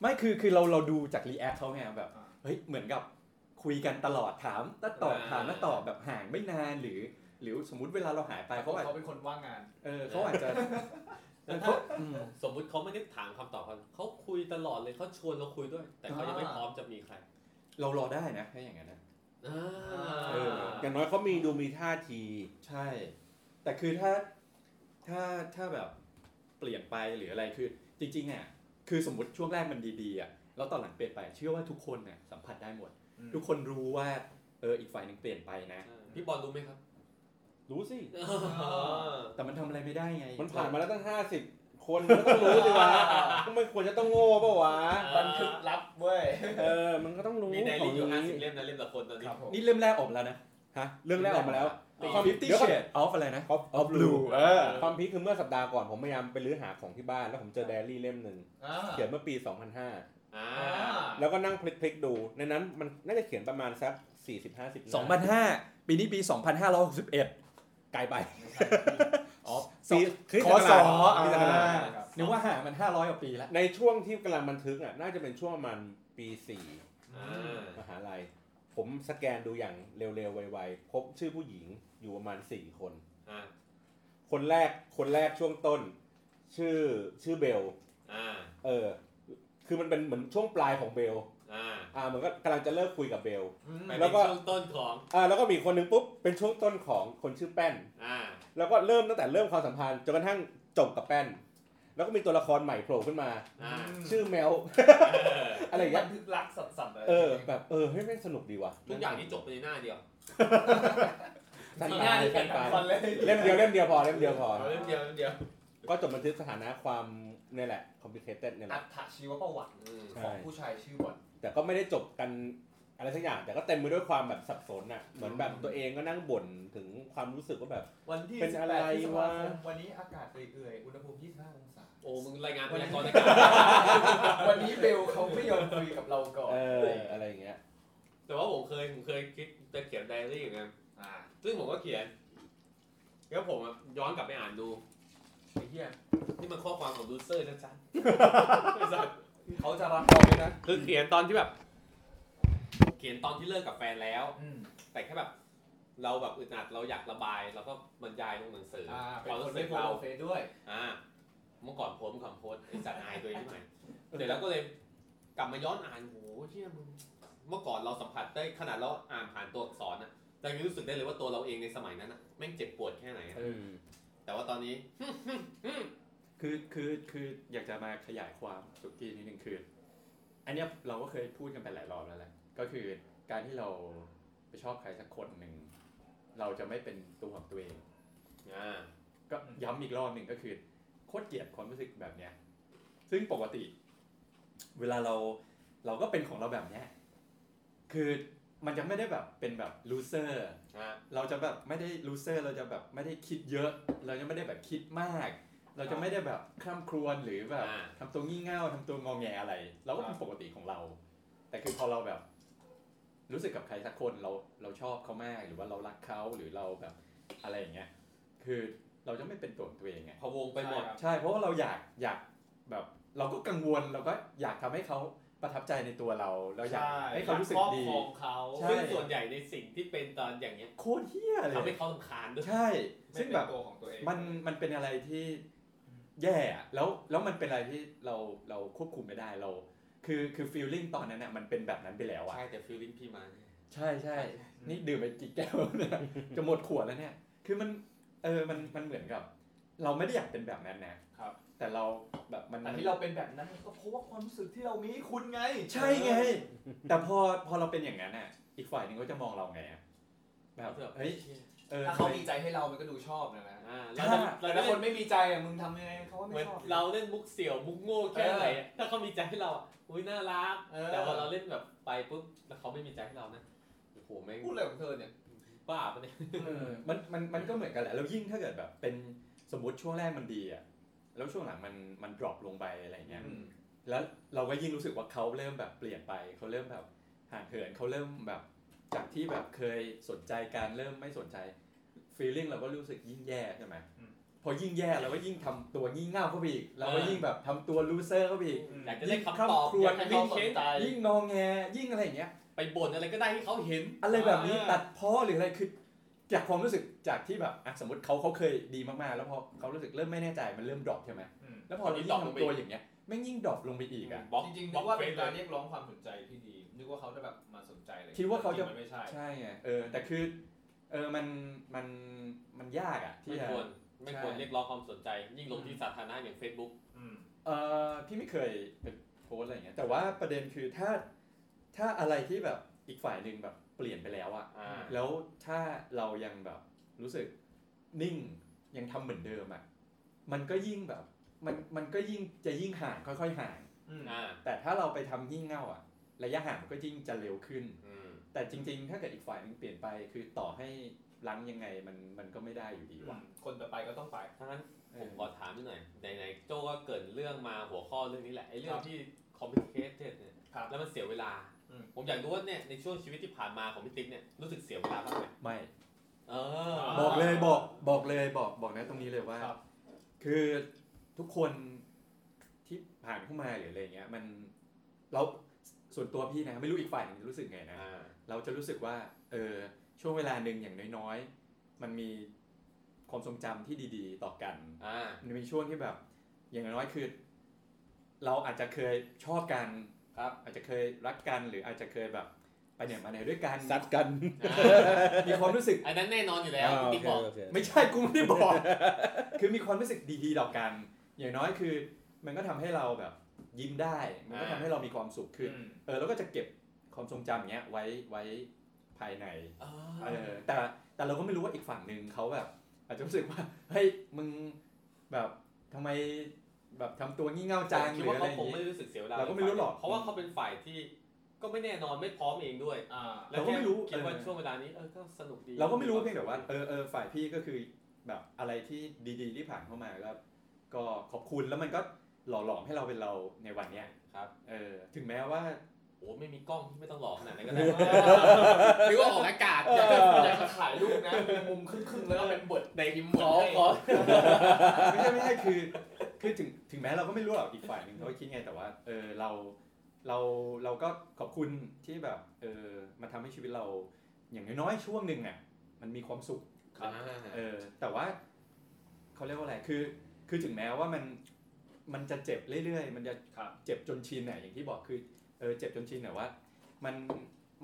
ไม่คือคือเราเราดูจากรีแอคเขาไงแบบ อ่า เฮ้ยเหมือนกับคุยกันตลอดถามแล้วตอบ อ่า ถามแล้วตอบแบบห่างไม่นานหรือ หรือสมมุติเวลาเราหายไป แต่ เขาอาจ เขาเป็นคนว่างงาน เออเขาอาจจะ แล้วถ้า อืม สมมุติเขาไม่ได้ถามคำตอบเขาเขาคุยตลอดเลยเขาชวนเราคุยด้วย แต่เขายังไม่พร้อมจะมีใคร เรารอได้นะถ้าอย่างนั้นนะ อ่า เออ อย่างน้อยเขามีดูมีท่าที ใช่ แต่คือถ้าถ้าถ้าแบบเปลี่ยนไปหรืออะไรคือจริงๆอ่ะคือสมมติช่วงแรกมันดีๆอ่ะแล้วตอนหลังเปลี่ยนไปเชื่อว่าทุกคนเนี่ยสัมผัสได้หมด อืม ทุกคนรู้ว่าเอออีกฝ่ายหนึ่งเปลี่ยนไปนะ พี่บอลรู้ไหมครับ รู้สิ แต่มันทำอะไรไม่ได้ไง มันผ่านมาแล้วตั้งห้าสิบคนมันก็ต้องรู้สิวะมันไม่ควรจะต้องโง่ปะวะ บันทึกลับเว้ย เออ มันก็ต้องรู้ (laughs) มีไดอา ขอ รี่ ง อยู่ห้าสิ นี้ บเล่มนะเล่มละคนตอนนี้ ครับผม นี่เริ่มแรกออกมาแล้วนะ ฮะเรื่องแรกออกมาแล้ว อ๋อ ความ Fifty เดี๋ยวก่อน Shades of อะไรนะ of of blue เออ ความพีคคือเมื่อสัปดาห์ก่อนผมพยายามไปรื้อหาของที่บ้าน แล้วผมเจอไดอารี่เล่มหนึ่ง อ่า เขียนเมื่อปี อ่า อ่า 2005 แล้วก็นั่งพลิกๆดู ในนั้นมันน่าจะเขียนประมาณสัก 40 50 2005 ปีนี้ปี 2561 ไกลไป ไม่ใช่ อ๋อ ปีริส ข ต์ อ ศัก ส รา อ ช อ่า คริสต์ศักราช นึกว่าห่างมัน 500กว่าปีแล้ว ในช่วงที่กำลังบันทึกอ่ะน่าจะเป็นช่วงประมาณปี 4 อ่า มหาลัย ผมสแกนดูอย่างเร็วๆ ไวๆ พบชื่อผู้หญิงอยู่ประมาณสี่คน อ่า คนแรกคนแรกช่วงต้น ชื่อชื่อเบล อ่า เออ คือมันเป็นเหมือนช่วงปลายของเบล อ่า อ่ามันก็กำลังจะเลิกคุยกับเบล ไป แล้ เป็ วน ก็ ช่วงต้นของ อ่าแล้วก็มีคนหนึงปุ๊บ เป็นช่วงต้นของคนชื่อแป้น อ่า แล้วก็เริ่มตั้งแต่เริ่มความสัมพันธ์จนกระทั่งจบกับแป้น แล้วก็มีตัวละครใหม่โผล่ขึ้นมา อ่า ชื่อแมว เออ อะไรอย่างเงี้ย บันทึกรักสัตว์ๆะไร เออ แบบเออเฮ้ยแม่งสนุกดีว่ะ ทุกอย่างนี้จบไปในหน้าเดียว สั้น มี ไป หน้าที่ สั้นไป ฟันเลย เล่มเดียวเล่มเดียวพอเล่มเดียวพอ เอาเล่มเดียวเล่มเดียว ก็จบบันทึกสถานะความเนี่ยแหละ complicated เนี่ยแห อั ละ ตชีวประวัติ อืม ใช่ ของผู้ชายชื่อบอล แต่ก็ไม่ได้จบกันอะไรสักอย่าง แต่ก็เต็มไปด้วยความแบบสับสนอ่ะ เหมือนแบบตัวเองก็นั่งบ่นถึงความรู้สึกว่าแบบ วันที่ เป็นอะไร 18พฤษภาว ะ คมวันนี้อากาศเอื่อยๆอุณหภูมิ 25 องศา โอ้มึงรายงานพยากรณ์อากาศ วันนี้เบลเขาไม่ยอมคุยกับเราก่อน เอออะไรอย่างเงี้ย แต่ว่าผมเคยผมเคยคิดจะเขียนไดอารี่เหมือนกัน อ่า ซึ่งผมก็เขียน แล้วผมอะย้อนกลับไปอ่านดู ไอ้เหี้ย นี่มันข้อความของลูเซอร์ชัดๆไอ้สัส เขาจะรักเราไหมนะ คือเขียนตอนที่แบบ เขียนตอนที่เลิกกับแฟนแล้ว อืม แต่แค่แบบ เราแบบอึดอัดเราอยากระบายเราก็บรรยายลงหนังสือ อ่าเป็ คคนน วามรู้สึ ไม่ ก โฟล เรา เฟซด้วย อ่าเมื่อก่อนโพสต์เมื่อก่อนโพสต์ไอ้สัตว์อายตัวเองที่ไหนเสร็จแล้วก็เลยกลับมาย้อนอ่านโหเชี่ยมึงเมื่อก่อนเราสัมผัสได้ขนาดเราอ่านผ่านตัวอักษรนะแต่ยังรู้สึกได้เลยว่าตัวเราเองในสมัยนั้นนะแม่งเจ็บปวดแค่ไหนอะ เออ แต่ว่าตอนนี้ คือคือคืออยากจะมาขยายความสุกี้นิดนึงคืออันเนี้ยเราก็เคยพูดกันไปหลายรอบแล้วแหละก็คือการที่เราไปชอบใครสักคนหนึ่งเราจะไม่เป็นตัวของตัวเอง อ่า ก็ย้ำอีกรอบหนึ่งก็คือโคตรเกลียดความรู้สึกแบบเนี้ย ซึ่งปกติ เวลาเราเราก็เป็นของเราแบบเนี้ยคือมันจะไม่ได้แบบเป็นแบบลูเซอร์ อ่า เราจะแบบไม่ได้ลูเซอร์เราจะแบบไม่ได้คิดเยอะ เราจะไม่ได้แบบคิดมาก เราจะไม่ได้แบบคร่ำครวญหรือแบบ อ่า ทำตัวงี่เง่าทำตัวงอแงอะไร เราก็เป็นปกติของเรา แต่คือพอเราแบบ รู้สึกกับใครสักคนเราเราชอบเขามากหรือว่าเรารักเขาหรือเราแบบอะไรอย่างเงี้ยคือเราจะไม่เป็นตัวของตัวเองไง พะวงไปหมด ใช่เพราะว่าเราอยากอยากแบบ เราก็กังวลเราก็อยากทำให้เขาประทับใจในตัวเราเราอยากให้เขารู้สึกดี ครอบครองเขา ใช่ ซึ่งส่วนใหญ่ในสิ่งที่เป็นตอนอย่างเงี้ย โคตรเฮี้ยเล ทำให้ ย เขาสำคาญด้วย ใช่ ไม่ ซึ่ง เป็ แบ น บ ตัวของตัวเอง มันมันเป็นอะไรที่แย่อะแล้วแล้วมันเป็นอะไรที่เราเราควบคุมไม่ได้เรา คือคือฟีลลิ่งตอนนั้นน่ะมันเป็นแบบนั้นไปแล้วอะ ใช่แต่ฟีลลิ่งพี่มาเนี่ย ใช่ใช่นี่ดื่มไปกี่แก้วเนี่ย (laughs) จะหมดขวดแล้วเนี่ย คือมันเออมันมันเหมือนกับ เราไม่ได้อยากเป็นแบบนั้นนะครับ แต่เราแบบมัน แต่ที่เราเป็นแบบนั้นก็เพราะว่าความรู้สึกที่เรามีให้คุณไง ใช่ไง แต่พอพอเราเป็นอย่างนั้นอ่ะ อีกฝ่ายหนึ่งก็จะมองเราไงอะแบบเฮ้ยเออ ถ้า ทำ เขา ไม มีใจให้เรา มันก็ดูชอบนะนะ อ่า ใช่ เราจะ แต่ เรา ถ้า จะ ค เล่ น น ไม่มีใจอะมึงทำยังไงเขาก็ เหมื ไม่ อน ชอบ เราเล่นมุกเสี่ยวมุกโง่แค่ไหนอะถ้าเขามีใจให้เราอะอุ้ยน่ารัก เออ แต่พอเราเล่นแบบไปปุ๊บแล้วเขาไม่มีใจให้เรานะโอ้โหแม่ง พูดอะไรของเธอเนี่ย บ้าปะเนี่ย เออมันมันมันก็เหมือนกันแหละแล้วยิ่งถ้าเกิดแบบเป็นสมมติช่วงแรกมันดีอ่ะแล้วช่วงหลังมันมันดรอปลงไปอะไรเงี้ย อืม แล้วเราก็ยิ่งรู้สึกว่าเขาเริ่มแบบเปลี่ยนไปเขาเริ่มแบบห่างเหินเขาเริ่มแบบจากที่แบบเคยสนใจการเริ่มไม่สนใจฟีลลิ่งเราก็รู้สึกยิ่งแย่ใช่ไหมพอยิ่งแย่เราก็ยิ่งทำตัวงี่เง่าเข้าไปอีกเราก็ยิ่งแบบทำตัวลูเซอร์เข้าไปอีก อยากจะได้คำตอบ ครว อ ญ ยากให้เขา วิ่ง ส เช็ น ค ใจ ยิ่งงองแงยิ่งอะไรอย่างเงี้ย ไปบ่นอะไรก็ได้ให้เขาเห็น อะไรแบบนี้ อ่า ตัดเพ้อหรืออะไรคือจากความรู้สึกจากที่แบบอ่ะสมมติเขาเขาเคยดีมากๆ แล้วพอเขารู้สึกเริ่มไม่แน่ใจมันเริ่มดรอปใช่ไหม อืม แล้วพอเรายิ่งทำตัวอย่างเงี้ยแม่งยิ่งดรอปลงไปอีกอ่ะ บล็อก จริงๆนึบล็อก ก ว่า เฟ เป็น ซ การ เลย เรียกร้องความสนใจที่ดี นึกว่าเขาจะแบบมาสนใจอะไร คิดว่าเขาจะ จริงๆมันไม่ใช่ ใช่ไงเออแต่คือเออมันมันมันยากอ่ะที่ ไม่ จะ ควรไม่ควร ใช่ เรียกร้องความสนใจ ยิ่งลงที่สาธารณะอย่าง Facebook อืม เออพี่ไม่เคยไปโพสต์อะไรอย่างเงี้ยแต่ว่าประเด็นคือถ้าถ้าอะไรที่แบบอีกฝ่ายหนึ่งแบบเปลี่ยนไปแล้วอ่ะ อ่า แล้วถ้าเรายังแบบรู้สึกนิ่งยังทำเหมือนเดิมอ่ะมันก็ยิ่งแบบ มันมันก็ยิ่งจะยิ่งห่างค่อยๆห่าง อืม อ่า แต่ถ้าเราไปทำยิ่งเง่าอ่ะ ระยะห่างมันก็ยิ่งจะเร็วขึ้น อืม แต่จริงๆ ถ้าเกิดอีกฝ่ายหนึงเปลี่ยนไปคือต่อให้ล้างยังไงมันมันก็ไม่ได้อยู่ดีว่ะ คนต่อไปก็ต้องไป ถ้างั้น เอ ผ อ มขอถามนิดหน่อยไหนๆโจ้ก็เกรินเรื่องมาหัวข้อเรื่องนี้แหละไอ้เรื่องที่คอมพิวเตอร์เนี่ย ครับ แล้วมันเสียเวลา อืม ผมอยากรู้ว่าเนี่ยในช่วงชีวิตที่ผ่านมาของพี่ติ๊กเนี่ยรู้สึกเสียเวลาบ้างไหม ไม่ เออ อ่า บอกเลยบอกบอกเลยบอกบอกนะตรงนี้เลยว่า ครับ คือทุกคนที่ผ่านเข้ามาหรืออะไรเงี้ย มันเราส่วนตัวพี่นะไม่รู้อีกฝ่ายหนึงรู้สึกไงนะ อ่า เราจะรู้สึกว่าเออช่วงเวลาหนึ่งอย่างน้อยๆ มันมีความทรงจำที่ดีๆ ต่อกัน อ่า มันเป็นช่วงที่แบบ อย่างน้อยคือ เราอาจจะเคยชอบกัน ครับ อาจจะเคยรักกันหรืออาจจะเคยแบบไปไหนมาไหนด้วยกัน ซัดกัน อ่า มีความรู้สึก (laughs) อันนั้นแน่นอนอยู่แล้ว า ติ๊กบอก โเคโเค ไม่ใช่กูไม่ได้บอก คือมีความรู้สึกดีๆต่อกัน อย่างน้อยคือ มันก็ทำให้เราแบบยิ้มได้ มันก็ อ่า ทำให้เรามีความสุขขึ้น อืม เออเราก็จะเก็บความทรงจำอย่างเงี้ยไว้ไว้ภายใน อ่า เออแต่แต่เราก็ไม่รู้ว่าอีกฝั่งหนึ่งเขาแบบ อาจจะรู้สึกว่าเฮ้ยมึงแบบทำไมแบบทำตัวงี่เง่าจังห คิด รือ ว่า อะไรอเขาย่าง คง งี้ ไม่รู้สึกเสียเวลา เราก็ไม่รู้หรอก เพราะว่าเขาเป็นฝ่ายที่ก็ไม่แน่นอนไม่พร้อมเองด้วย อ่า แล้ว เราก็ไม่รู้ คิดว่า เออ ช่วงเวลานี้เออก็สนุกดี เราก็ไม่รู้เพียงแต่ว่าเออเออฝ่ายพี่ก็คือแบบอะไรที่ดีๆที่ผ่านเข้ามาก็ก็ขอบคุณแล้วมันก็หล่อหลอมให้เราเป็นเราในวันเนี้ย ครับ เออถึงแม้ว่า โอ้ไม่มีกล้องไม่ต้องหลอกขนาดนั้นก็ได้หรือว่าออกอากาศ อยากจะอยากจะถ่ายรูปนะมีมุมครึ่งๆแล้วก็เป็นบทในยิมเหมือนให้ ไม่ใช่ไม่ใช่คือคือถึงถึงแม้เราก็ไม่รู้หรอกอีกฝ่ายหนึ่งเขาคิดไงแต่ว่าเออเราเราเราก็ขอบคุณที่แบบเออมาทำให้ชีวิตเราอย่างน้อยๆช่วงหนึ่งอ่ะมันมีความสุข อ่า เออแต่ว่าเขาเรียกว่าอะไรคือคือถึงแม้ว่ามันมันจะเจ็บเรื่อยๆ มันจะ ครับ เจ็บจนชินอ่ะอย่างที่บอกคือเออเจ็บจนชินแต่ว่ามัน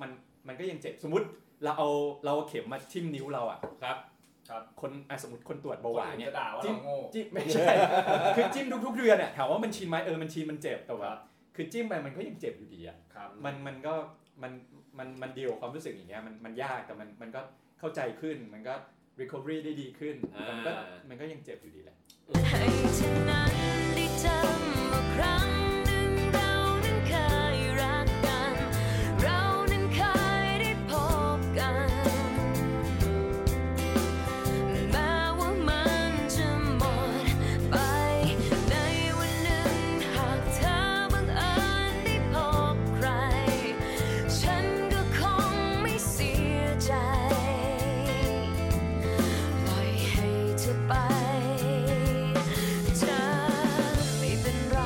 มันมันก็ยังเจ็บสมมติเราเอาเราเอาเข็มมาทิ่มนิ้วเราอ่ะ ครับ คนอ่ะสมมติคนตรวจ ค เบาหวาน น เนี่ย จะด่าว่าเราโง่ จิ้มไม่ใช่ คือจิ้มทุกๆเดือนอ่ะถามว่ามันชินไหมเออมันชินมันเจ็บแต่ว่า คือจิ้มไปมันก็ยังเจ็บอยู่ดีอ่ะ ครับ มันมันก็มันมันมันเดียวความรู้สึกอย่างเงี้ยมันมันยากแต่มันมันก็เข้าใจขึ้นมันก็ recovery ได้ดีขึ้น อ่ามั มันก็มันก็ยังเจ็บอยู่ดีแหละ ให้ฉันนั้นได้จำว่าครั้งหนึ่งเรานั้นเคยรักกัน เรานั้นเคยได้พบกัน แม้ว่ามันจะหมดไปในวันหนึ่งหากเธอบังเอิญได้พบใคร ฉันก็คงไม่เสียใจ ปล่อยให้เธอไป จะไม่เป็นไร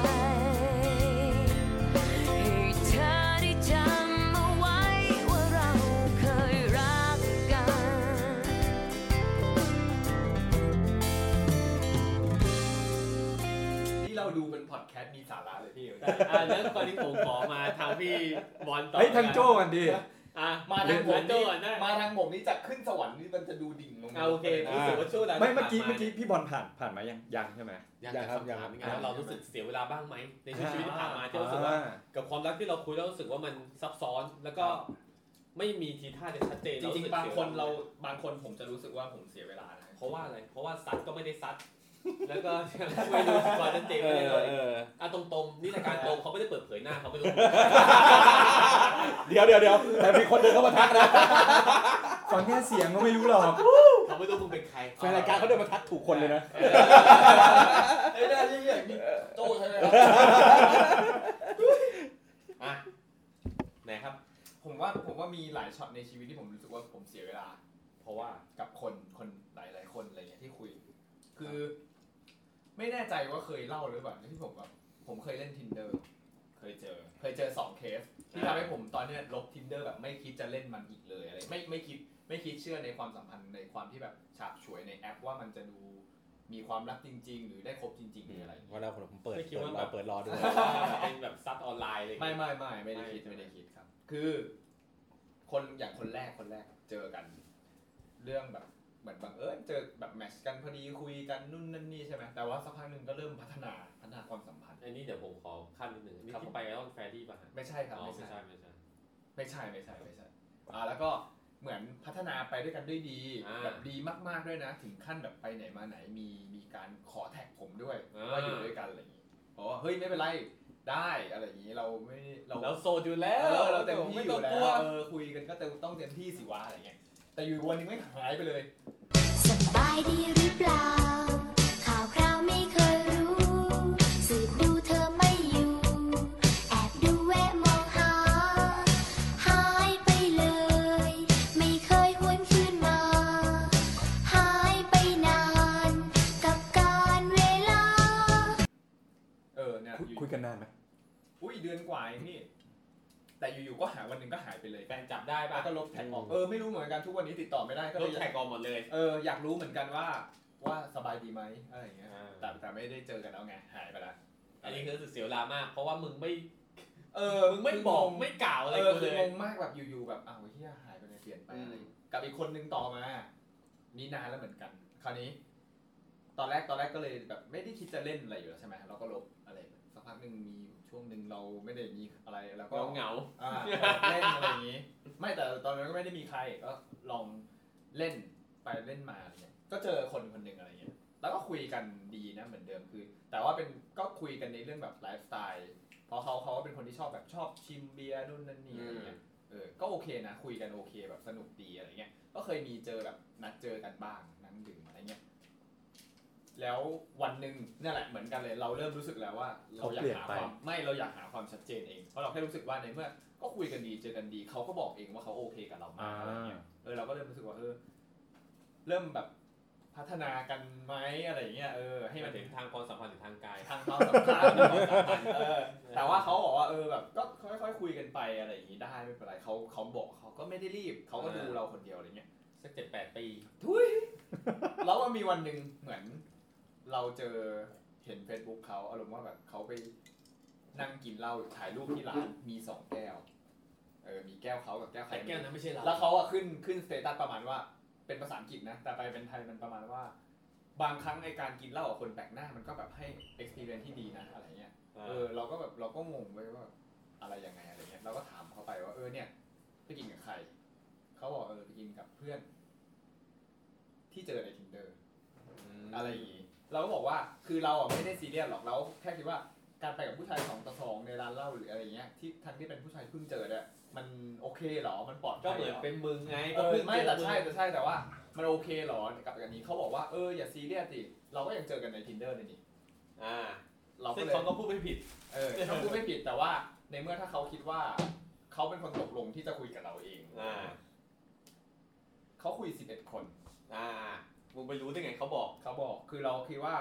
ให้เธอได้จำเอาไว้ว่าเราเคยรักกัน ที่เราดูเป็นพอดแคสต์มีสาระเลยพี่ อ่าแล้วตอนนี้ผมขอมาทางพี่บอลต่อ เฮ้ยทางโจ้กันดี อ่ะ มาทางผม โจ้ นี่ ก่อนได้ มาทางผมนี่จากขึ้นสวรรค์นี่มันจะดูดิ่งลง อ่ะโอเค ลยนะ รู้สึกว่าช่วงเวลา ไม่เมื่อกี้ ที่เมื่อผ่านากี้พี่บอลผ่านผ่านมายังยังใช่ไหม ยังครับยังครับ ยังครับ เรารู้สึกเสียเวลาบ้างไหมในช่วงชีวิตที่ผ่านมาที่รู้สึกว่า อ่ กับความรักที่เราคุยแล้วรู้สึกว่ามันซับซ้อนแล้วก็ไม่มีทีท่าจะชัดเจน จริง สึก ๆบางคน สียวล เราบางคนผมจะรู้สึกว่าผมเสียเวลานะ เพราะว่าอะไร เพราะว่าซัดก็ไม่ได้ซัด แล้วก็ยังไม่รู้ความชัดเจน เอ ไม่ได้เล อย เออ อ่ะตรงๆนี่รายการตรงเขาไม่ได้เปิดเผยหน้าเขา (laughs) ไม่รู้ เดี๋ยวเดี๋ยวเดี๋ยวแต่มีคนเดินเข้ามาทักนะ ฟังแค่เสียงก็ไม่รู้หรอก เขาไม่รู้มึงเป็นใคร แฟนรายการเขาเดินมาทักถูกคนเลยนะ ไอ้ได้เรื่อยๆมีโจ้ใช่ไหมครับ อ่ะไหนครับ ผมว่าผมว่ามีหลายช็อตในชีวิตที่ผมรู้สึกว่าผมเสียเวลา เพราะว่า กับคนคนหลายหลายๆคนอะไรเงี้ยที่คุย คือ ไม่แน่ใจว่าเคยเล่าหรือเปล่าที่ผมแบบผมเคยเล่น tinder เคยเจอ เคยเจอสองเคส ที่ อ่า ทำให้ผมตอนเนี้ยลบ tinder แบบไม่คิดจะเล่นมันอีกเลยอะไรไม่ไม่คิดไม่คิดเชื่อในความสัมพันธ์ในความที่แบบฉาบฉวยในแอปว่ามันจะดูมีความรักจริง ๆ หรือได้คบจริงๆหรืออะไรอย่างเงี้ย ว่าเราผมเปิด ไม่คิด เปิด ว่าร แบ อบ เปิดรอด้วย เป็นแบบซัดออนไลน์เลย ไม่ไม่ไม่ไม่ได้คิด ไม่ ไม่ได้คิดครับ คือ คนอย่างคนแรกคนแรกเจอกัน เรื่องแบบเหมือนบังเอิญเจอแบบแมทชกันพอดีคุยกันนู่นนั่นนี่ใช่ไหมแต่ว่าสักพักหนึ่งก็เริ่มพัฒนาพัฒนาความสัมพันธ์ อันนี้เดี๋ยวผมขอขั้นนิดหนึ่งอันนี่ ครับ ที่ไปแล้วแฟนที่มาหา ไม่ใช่ครับ อ๋อ ไม่ ไม่ ใช่ ใช่ไม่ใช่ ไม่ใช่ไม่ใช่ไม่ใช่อ่าแล้วก็เหมือนพัฒนาไปด้วยกันด้วยดี อ่า แบบดีมากๆด้วยนะ ถึงขั้นแบบไปไหนมาไหนมีมีการขอแท็กผมด้วย อ่า ว่าอยู่ด้วยกันอะไรอย่างงี้บอกว่าเฮ้ยไม่เป็นไรได้อะไรอย่างงี้เราไม่เรา เราโซดอยู่แล้ว เออเราเต็มที่ ไม่ อ ต้ ยู่ อง แล้ กลั ว ว เออคุยกันก็เต็มต้องเต็มที่สิวะอะไรเงี้ยแต่อยู่วันหนึงไม่หายไปเลย สบายดีหรือเปล่า ข่าวคราวไม่เคยรู้ สืบดูเธอไม่อยู่ แอบดูแวะมองหา หายไปเลย ไม่เคยหวนคืนมา หายไปนานกับการเวลา เออเนี่ย คุย อยู่ คุยกันนานไหม อุ้ยเดือนกว่าเองนี่ แ แต่อยู่ๆก็หาวันหนึ่งก็หายไปเลย แฟนจับได้ป่ะ แล้วก็ลบแท็กออกเออไม่รู้เหมือนกันทุกวันนี้ติดต่อไม่ได้ก็ ล เล บ ยอยา แท็ ก กออกหมดเลย เอออยากรู้เหมือนกันว่าว่าสบายดีไหมอะไรอย่างเงี้ย อ่า แต่แต่ไม่ได้เจอกันแล้วไงหายไปละ อันนี้คือรู้สึกเสียเวลามาก เพราะว่ามึงไม่ เออ มึงไม่บอกไม่กล่าวอะไร เออ กู คื เล อย งงมากแบบอยู่ๆแบบอ้าวเฮียหายไปเลยเปลี่ยนไปอะไร อืม กับอีกคนนึงต่อมานี่นานแล้วเหมือนกัน คราวนี้ ตอนแรกตอนแรกก็เลยแบบไม่ได้คิดจะเล่นอะไรอยู่แล้วใช่ไหมเราก็ลบอะไรสักพักหนึ่งมีช่วงหนึ่งเราไม่ได้มีอะไรแล้วก็ เงาเงา อ่าเล่นอะไรอย่างนี้ (laughs) ไม่แต่ตอนนั้นก็ไม่ได้มีใครก็ลองเล่นไปเล่นมาอะไรเงี้ยก็เจอคนคนหนึ่งอะไรเงี้ยแล้วก็คุยกันดีนะเหมือนเดิมคือ แต่ว่าเป็นก็คุยกันในเรื่องแบบไลฟ์สไตล์เพราะเขาเขาก็เป็นคนที่ชอบแบบชอบชิมเบียร์นู่นนั่นนี่อะไรเงี้ยเออก็โอเคนะคุยกันโอเคแบบสนุกดีอะไรเงี้ยก็เคยมีเจอแบบนัดเจอกันบ้างนั่งดื่มอะไรเงี้ยแล้ววันหนึ่งเนี่ยแหละเหมือนกันเลยเราเริ่มรู้สึกแล้วว่าเราอยากหาความไม่เราอยากหาความชัดเจนเองเพราะเราแค่รู้สึกว่าในเมื่อ ก็คุยกันดีเจอกันดีเขาก็บอกเองว่าเขาโอเคกับเรามากอะไรเงี้ยเออเราก็เริ่มรู้สึกว่าเออเริ่มแบบพัฒนากันไหมอะไรเงี้ยเออให้ ให้ มั มาน ถึงทางความสัมพันธ์หรือทางกาย ทางเราสัมพันธ์ความสัมพันธ์เออแต่ว่าเขาบอกว่าเออแบบก็ค่อยๆคุยกันไปอะไรอย่างงี้ได้ไม่เป็นไรเขาเขาบอกเขาก็ไม่ได้รีบเขาก็ดู อ่า เราคนเดียวอะไรเงี้ย สักเจ็ดแปดปี ทุย แล้วมันมีวันหนึ่งเหมือน เราเจอเห็น Facebook เขาอารมณ์ว่าแบบเขาไปนั่งกินเหล้าถ่ายรูปที่ร้านมีสองแก้วเออมีแก้วเขากับแก้วใคร แต่ ไม่รู้ แก้วนั้นไม่ใช่เรา แล้วเขาอะขึ้นขึ้นสเตตัสประมาณว่าเป็นภาษาอังกฤษนะ แต่ไปเป็นไทยมันประมาณว่า บางครั้งในการกินเหล้ากับคนแปลกหน้ามันก็แบบให้ experience ที่ดีนะอะไรเงี้ยเออเราก็แบบเราก็งงไปว่าอะไรยังไงอะไรเงี้ยเราก็ถามเขาไปว่าเออเนี่ยไปกินกับใครเขาบอกเออไปกินกับเพื่อน ที่เจอใน tinder อะไรอย่างงี้เราก็บอกว่าคือเราอ่ะไม่ได้ซีเรียสหรอกเราแค่คิดว่าการไปกับผู้ชายสองต่อสองในร้านเหล้าหรืออะไรเงี้ยที่ทั้งที่เป็นผู้ชายเพิ่งเจอเนี่ยมันโอเคเหรอมันปลอดภัย ก็เหมือน ร เป็นมึงไง เอ ก็ อ เพิ่ง ไม่ เจอ แต่ ง ใช่แต่ใช่แต่ว่ามันโอเคเหรอกับอย่างนี้เขาบอกว่าเอออย่าซีเรียสสิเราก็ยังเจอกันใน tinder เลยนี่ อ่า เราก็ ซึ่ง เลย เขาก็พูดไม่ผิด เออเขาพูดไม่ผิดแต่ว่าในเมื่อถ้าเขาคิดว่าเขาเป็นคนตกลงที่จะคุยกับเราเอง อ่า เขาคุย 11 คน อ่า มึงไปรู้ได้ไงเขาบอก เขาบอกคือเราคิดว่า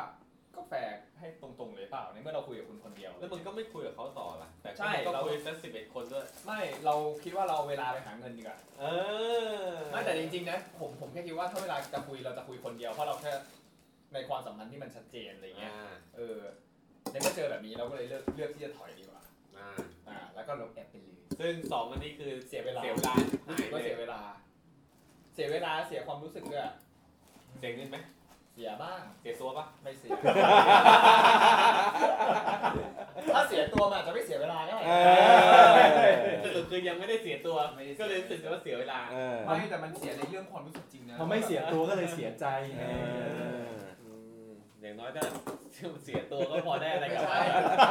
ก็แฝงให้ตรงๆเลยเปล่าในเมื่อเราคุยกับคุณคนเดียว แล้วมึงก็ไม่คุยกับเขาต่อละแต่ ใช่ ก็ เรา คุยสักสิบเอ็ดคนด้วย ไม่เราคิดว่าเราเอาเวลาไปหาเงินดีกว่า เออ ไม่แต่จริงๆนะผมผมแค่คิดว่าถ้าเวลาจะคุยเราจะคุยคนเดียวเพราะเราแค่ในความสัมพันธ์ที่มันชัดเจนอะไรเงี้ย อ่า เออในเมื่อเจอแบบนี้เราก็เลยเลือกเลือกที่จะถอยดีกว่า อ่า อ่า แล้วก็ลบแอปไปเลย ซึ่งสองอันนี้คือ เสียเวลา เสียเวลา รู้ หา สึ ย ก ไป ว่า เล เสี ย ยเวลา เสียเวลาเสียความรู้สึกด้วย เสียเงินไหม เสียบ้าง เสียตัวปะ ไม่ (laughs) เสีย ถ้าเสียตัวมันอาจจะไม่เสียเวลาก็ได้ เออ สรุปคือยังไม่ได้เสียตัว ก็เลยรู้สึกว่าเสียเวลา เออ ไม่แต่มันเสียในเรื่องความรู้สึกจริงนะ พอไม่เสียตัวก็เลยเสียใจไง เออ อืมอย่างน้อยก็เสียตัวก็พอได้อะไร ไม่ กลับ ใช่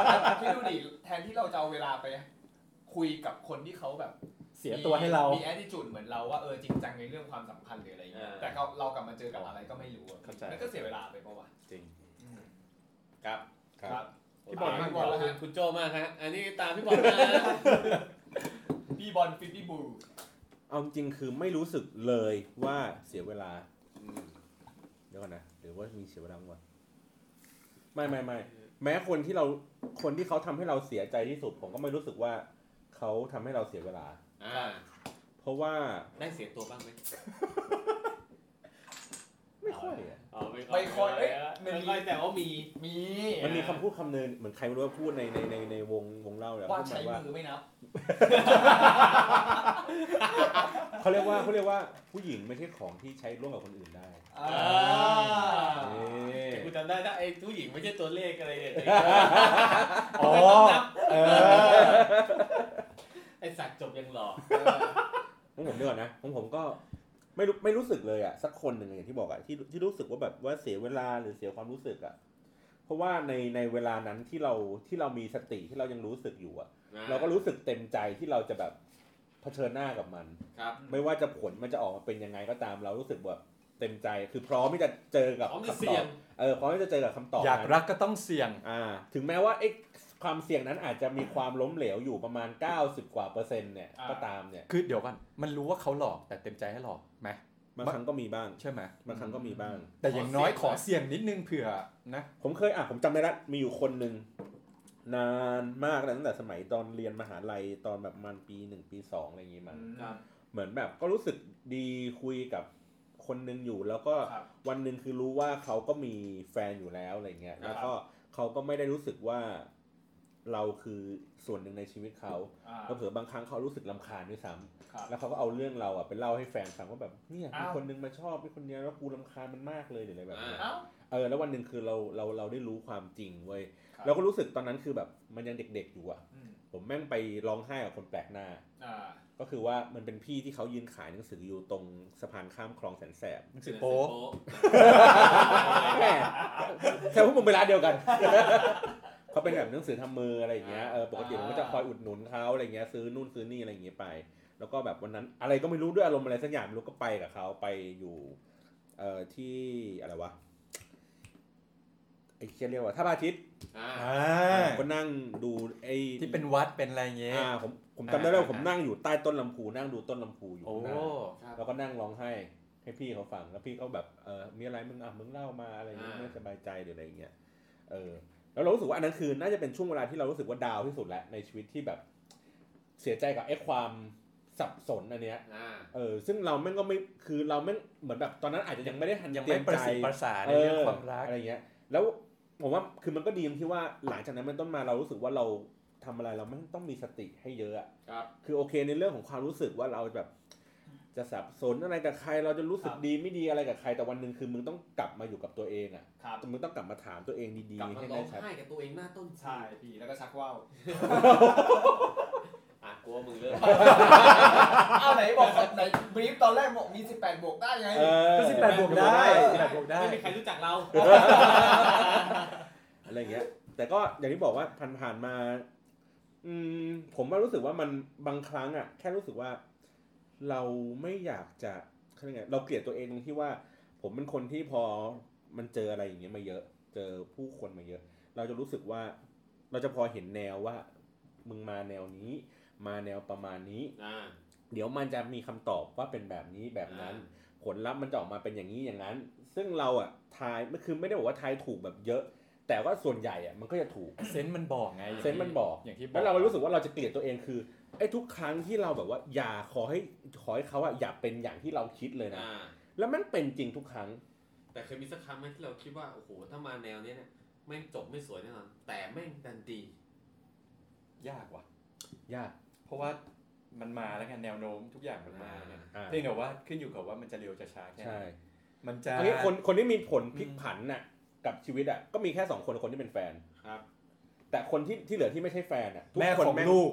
บ้าน คิดดูดิแทนที่เราจะเอาเวลาไป คุยกับคนที่เขาแบบ เสียตัวให้เรา มีแอดดิจูดเหมือนเราว่าเออจริงจังในเรื่องความสัมพันธ์หรืออะไรอย่างเงี้ย แต่เขาเรากลับมาเจอกับอะไรก็ไม่รู้อะ เข้าใจ มันก็เสียเวลาไปเมื่อวาน จริง ครับ ครับ พี่บอล ข พี่ บบ อลแล้ว คุ ฮะ ณคุณโจมากฮะ อันนี้ตามพี่บอล (laughs) นะ พี่บอลฟิตตี้บู เอาจริงคือไม่รู้สึกเลยว่าเสียเวลา เดี๋ยวก่อนนะหรือว่ามีเสียเวลาบ้างวะไม่ไม่ไม่แม้คนที่เราคนที่เขาทำให้เราเสียใจที่สุด ผมก็ไม่รู้สึกว่าเขาทำให้เราเสียเวลา อ่า เพราะว่า ได้เสียตัวบ้างไหม ไม่ค่อยอะ อ๋อไม่ ไม่ค่อยเอ้ย ไม่ค่อยแต่ว่ามี มี มันมีคำพูดคำหนึงเหมือนใครไม่รู้ว่าพูดในในในในวงวงเล่าแล้ว ว่า พูดมา ใช้ ว่า มือไม่นับ เขาเรียกว่าเขาเรียกว่าผู้หญิงไม่ใช่ของที่ใช้ร่วมกับคนอื่นได้ อ่า อ่า เอ้ย กูจำได้ถ้าไอ้ผู้หญิงไม่ใช่ตัวเลขอะไรเนี่ย อ๋อ เออ ไอ้สัตว์จบยังหลอก ของผมเดี๋ยวก่อนนะของผมก็ไม่รู้ไม่รู้สึกเลยอะสักคนหนึ่งอะอย่างที่บอกอะที่ที่รู้สึกว่าแบบว่าเสียเวลาหรือเสียความรู้สึกอะเพราะว่าในในเวลานั้นที่เราที่เรามีสติที่เรายังรู้สึกอยู่อะ เราก็รู้สึกเต็มใจที่เราจะแบบเผชิญหน้ากับมัน ครับ ไม่ว่าจะผลมันจะออกมาเป็นยังไงก็ตามเรารู้สึกแบบเต็มใจคือพร้อมที่จะเจอกับ พร้อมที่ คำ เสี่ ตอย บ ง เออพร้อมที่จะเจอกับคำตอบ อยาก นั้น รักก็ต้องเสี่ยง อ่า ถึงแม้ว่าไอ้ความเสี่ยงนั้นอาจจะมีความล้มเหลวอยู่ประมาณ 90 กว่าเปอร์เซ็นต์เนี่ยก็ตามเนี่ย คือเดี๋ยวก่อนมันรู้ว่าเขาหลอกแต่เต็มใจให้หลอกไหม บางครั้งก็มีบ้าง ใช่ไหม บางครั้งก็มีบ้าง แต่อย่างน้อยขอเสี่ยงนิดนึงเผื่อนะ ผมเคยอ่ะผมจำได้ละมีอยู่คนหนึ่ง นานมากแล้วตั้งแต่สมัยตอนเรียนมหาลัยตอนแบบประมันปีหนึ่งปีสองอะไรอย่างงี้มัน ครับ เหมือนแบบก็รู้สึกดีคุยกับคนหนึ่งอยู่ แล้วก็ ครับ วันหนึ่งคือรู้ว่าเขาก็มีแฟนอยู่แล้วอะไรเงี้ยแล้วก็เขาก็ไม่ได้รู้สึกว่าเราคือส่วนหนึ่งในชีวิตเขา อ่า เผลอๆบางครั้งเขารู้สึกลำคาญด้วยซ้ ครับ ำแล้วเขาก็เอาเรื่องเราอ่ะไปเล่าให้แฟนฟังว่าแบบเนี่ยมี อ้าว คนนึงมาชอบมีคนเนี้ยแล้วกูลำคาญมันมากเลยหรืออะไรแบบเนี้ย เอ้า เออแล้ววันหนึ่งคือเราเราเราได้รู้ความจริงเว้ย ครับ เราก็รู้สึกตอนนั้นคือแบบมันยังเด็กๆอยู่อ่ะ อืม ผมแม่งไปร้องไห้กับคนแปลกหน้า อ่า ก็คือว่ามันเป็นพี่ที่เขายืนขายหนังสืออยู่ตรงสะพานข้ามคลองแสนแสบ หนังสือโป๊ แหมแต่พวกมึงไปร้านเดียวกัน (laughs) เขาเป็นแบบหนังสือทำมืออะไรอย่างเงี้ยเออปกติผมก็จะคอยอุดหนุนเขาอะไรเงี้ยซื้อนู่นซื้อนี่อะไรอย่างเงี้ยไป แล้วก็แบบวันนั้นอะไรก็ไม่รู้ด้วยอารมณ์อะไรสักอย่างไม่รู้ก็ไปกับเขาไปอยู่เอ่อที่อะไรวะไอ้เรียกว่าท่าพระอาทิตย์ อ่า อ่า ก็นั่งดูไอ้ ที่เป็นวัดเป็นอะไรอย่างเงี้ย อ่าผมผมจำได้แล้วา อ่า ผมนั่งอยู่ใต้ต้นลำพูนั่งดูต้นลำพูอยู่ โอ้ ข้างหน้า ครับ แล้วก็นั่งร้องไห้ให้พี่เขาฟังแล้วพี่เขาแบบเออมีอะไรมึงอ่ะมึงเล่ามาอะไรอย่างเงี้ย อ่า ไม่สบายใจหรืออะไรอย่างเงี้ยเออแล้วเรารู้สึกว่าอันนั้นคือน่าจะเป็นช่วงเวลาที่เรารู้สึกว่าดาวที่สุดแล้วในชีวิตที่แบบเสียใจกับไอ้ความสับสนอันเนี้ย อ่า เออซึ่งเราแม่งก็ไม่คือเราแม่งเหมือนแบบตอนนั้นอาจจะยังไม่ได้ทัน ยัง เตรียไม่ม ประ ใจ สิทธิ์ประสานในเรื่องความรัก อะไรเงี้ย แล้วผมว่าคือมันก็ดีตรงที่ว่าหลังจากนั้นมันต้นมาเรารู้สึกว่าเราทำอะไรเราไม่ต้องมีสติให้เยอะอะ ครับ คือโอเคในเรื่องของความรู้สึกว่าเราแบบจะสับสนอะไรกับใคร เราจะรู้สึก ครับ ดีไม่ดีอะไรกับใครแต่วันหนึ่งคือมึงต้องกลับมาอยู่กับตัวเองอะ ครับ มึงต้องกลับมาถามตัวเองดี กลับ ๆ มา ให้ ร้อ ได้ ง ชัด ไห้กับตัวเองหน้าต้น ใช่พี่แล้วก็ชักว่าว อ่ะกลัวมึงเลิก อ้าวไหนบอกไหนบรีฟตอนแรกบอกมี 18บวกได้ไง เออ ก็สิบแปดบวกได้สิบแปดบวกได้ ไม่มีใครรู้จักเรา อะไรเงี้ย แต่ก็อย่างที่บอกว่าผ่านๆมา อืม ผมว่ารู้สึกว่ามันบางครั้งอะแค่รู้สึกว่า เราไม่อยากจะเขาเรียกไงเราเกลียดตัวเองตรงที่ว่า ผมเป็นคนที่พอมันเจออะไรอย่างเงี้ยมาเยอะ เจอผู้คนมาเยอะ เราจะรู้สึกว่า เราจะพอเห็นแนวว่า มึงมาแนวนี้ มาแนวประมาณนี้ อ่า เดี๋ยวมันจะมีคำตอบว่าเป็นแบบนี้แบบนั้น ผลลัพธ์มันจะออกมาเป็นอย่างนี้อย่างนั้น ซึ่งเราอะทายไม่คือไม่ได้บอกว่าทายถูกแบบเยอะ แต่ว่าส่วนใหญ่อะมันก็จะถูก เซนส์มันบอกไงย่างที่ เซนส์มันบอก อย่างที่บอก แล้วเรารู้สึกว่าเราจะเกลียดตัวเองคือไอ้ทุกครั้งที่เราแบบว่า อย่าขอให้ขอให้เขาอะอย่าเป็นอย่างที่เราคิดเลยนะ อ่า แล้วมันเป็นจริงทุกครั้ง แต่เคยมีสักครั้งไหมที่เราคิดว่า โอ้โห ถ้ามาแนวเนี้ยเนี่ยแม่งจบไม่สวยแน่นอน แต่แม่งดันดี ยากว่ะ ยาก เพราะว่ามันมาแล้วไงแนวโน้มทุกอย่างมันมาไง อ่า เพียงแต่ว่าขึ้นอยู่กับว่ามันจะเร็วจะช้าแค่ไหน ใช่ มันจะ ทีนี้คนคนที่มีผลพลิกผันน่ะกับชีวิตอะก็มีแค่สองคนคนที่เป็นแฟน ครับ แต่คนที่ที่เหลือที่ไม่ใช่แฟนอะทุก แม่ คน ของ แม่ง ลูก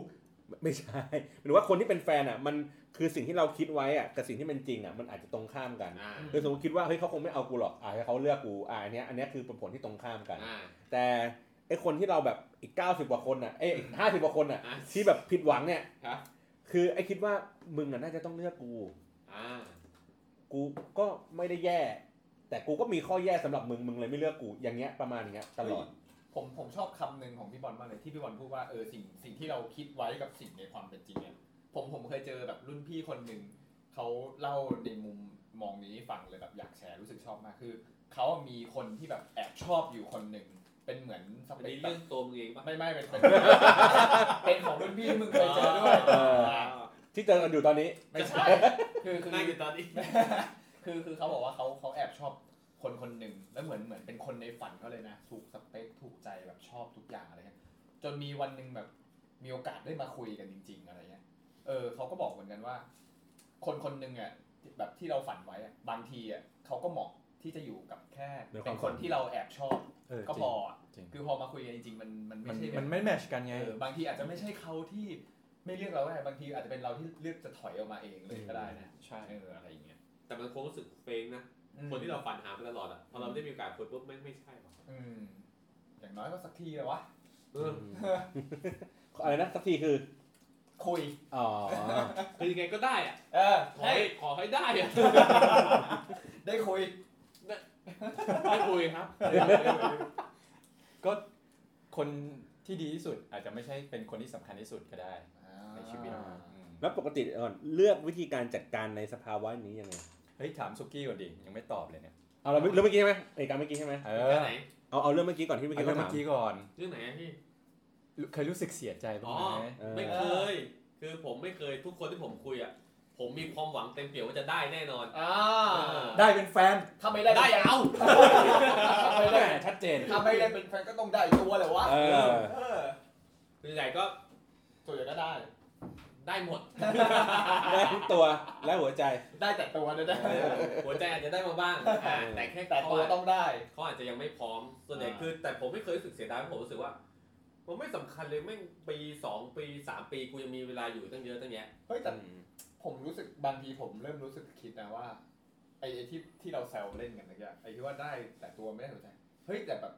ไม่ใช่ (laughs) หมายถึงว่าคนที่เป็นแฟนอ่ะ มันคือสิ่งที่เราคิดไว้อ่ะ กับสิ่งที่มันจริงอ่ะ มันอาจจะตรงข้ามกัน อ่า คือสมมติคิดว่า เฮ้ยเขาคงไม่เอากูหรอก อ่าให้เขาเลือกกู อ่าอันเนี้ย อันเนี้ยคือผลที่ตรงข้ามกัน อ่า แต่ไอคนที่เราแบบอีก 90 กว่าคนอ่ะ เอ้ยห้าสิบกว่าคนอ่ะ อ่ะ ที่แบบผิดหวังเนี่ย ครับ คือไอคิดว่ามึงอ่ะน่าจะต้องเลือกกู อ่า กูก็ไม่ได้แย่ แต่กูก็มีข้อแย่สำหรับมึง มึงเลยไม่เลือกกู อย่างเงี้ยประมาณอย่างเงี้ยตลอด ผมผมชอบคำหนึ่งของพี่บอลมากเลยที่พี่บอลพูดว่าเออสิ่งสิ่งที่เราคิดไว้กับสิ่งในความเป็นจริงเนี่ยผมผมเคยเจอแบบรุ่นพี่คนหนึ่งเขาเล่าในมุมมองนี้ให้ฟังเลยแบบอยากแชร์รู้สึกชอบมากคือเขามีคนที่แบบแอบชอบอยู่คนหนึ่งเป็นเหมือนส อัน เป นี้ คแบ เรื่อบ งตัวมึงเองปะ ไม่ไม่เป็น (laughs) เป็น เป็นของรุ่นพี่มึงเคยเจอด้วย เออ ที่เจอกันอยู่ตอนนี้ ไม่ใช่คือคือ นั่งอยู่ตอนนี้ (laughs) คือคือเขาบอกว่าเขาเขาแอบชอบคนคนหนึ่งแล้วเหมือนเหมือนเป็นคนในฝันเขาเลยนะถูกสเปคถูกใจแบบชอบทุกอย่างอะไรเงี้ยจนมีวันหนึ่งแบบมีโอกาสได้มาคุยกันจริง ๆ อะไรเงี้ยเออเขาก็บอกเหมือนกันว่า คนคนหนึ่งอ่ะแบบที่เราฝันไว้อะบางทีอ่ะเขาก็เหมาะที่จะอยู่กับแค่ ในความ เป็นคน ฝัน ที่เราแอบชอบ เออ ก็พออะ จริง คือพอมาคุยกันจริงๆมันมัน มั ไม่ น ใช่แบบ มันไม่แมชกันไง เออบางทีอาจจะไม่ใช่เขาที่ไม่เลือกเราก็ได้บางทีอาจจะเป็นเราที่เลือกจะถอยออกมาเองเลยก็ได้นะ ใช่ เอออะไรอย่างเงี้ย แต่มันคงรู้สึกเฟงนะ คนที่เราฝันหามาตลอดอ่ะ พอเราไม่ได้มีโอกาสคุยปุ๊บไม่งไม่ใช่หรอ อืมอย่างน้อยก็สักทีเลยวะ เออ (laughs) อะไรนะ สักทีคือ คุย อ๋อ (laughs) คือยังไงก็ได้อ่ะ เออ ขอให้ขอให้ได้อ่ะ ได้คุย (laughs) ไม่คุยครับ ก็คนที่ดีที่สุดอาจจะไม่ใช่เป็นคนที่สำคัญที่สุดก็ได้ ในชีวิต แล้วปกติก่อนเลือกวิธีการจัดการในสภาวะนี้ยังไง เฮ้ยถามสุกี้ก่อนดิยังไม่ตอบเลยเนี่ย เอาเราเรื่องเมื่อกี้ใช่ไหมไอ้การเมื่อกี้ใช่ไหม เอ เรื่อง อ ไหน เอาเอาเรื่องเมื่อกี้ก่อนที่เมื่อ เอา กี้ เรื่อ เรา งถาเมื่ม อกี้ก่อน เรื่องไหนอะพี่ เคยรู้สึกเสียใจบ้าง อ๋อ ไหม ไม่เคย คือผมไม่เคยทุกคนที่ผมคุยอ่ะผมมีความหวังเต็มเปี่ยมว่าจะได้แน่นอน อ่า ได้เป็นแฟน ถ้าไม่ได้ ได้ (laughs) เอา ถ้าไม่ แห ได้ ม่ชัดเจน ถ้าไม่ได้เป็นแฟนก็ต้องได้ตัวแหละวะ เออ เออ คือใหญ่ก็ ส่วนใหญ่ก็ได้ ได้หมด ได้ทุกตัวและหัวใจ ได้แต่ตัวนะได้ หัวใจอาจจะได้มา (laughs) บ้างอ่าแต่แค่ แต่ตัวต้องได้ เขาอาจจะยังไม่พร้อม ส่วนใหญ่ อ่า คือ แต่ผมไม่เคยรู้สึกเสียดายเพราะผมรู้สึกว่า มันไม่สำคัญเลยแม่งปีสองปีสามปีกูยังมีเวลาอยู่ตั้งเยอะตั้งแยะ เฮ้ยแต่ ผมรู้สึกบางทีผมเริ่มรู้สึกคิดนะว่าไอ้ไอ้ที่ที่เราแซวเล่นกันนะแกไอ้ที่ว่าได้แต่ตัวไม่ได้สนใจเฮ้ยแต่แบบ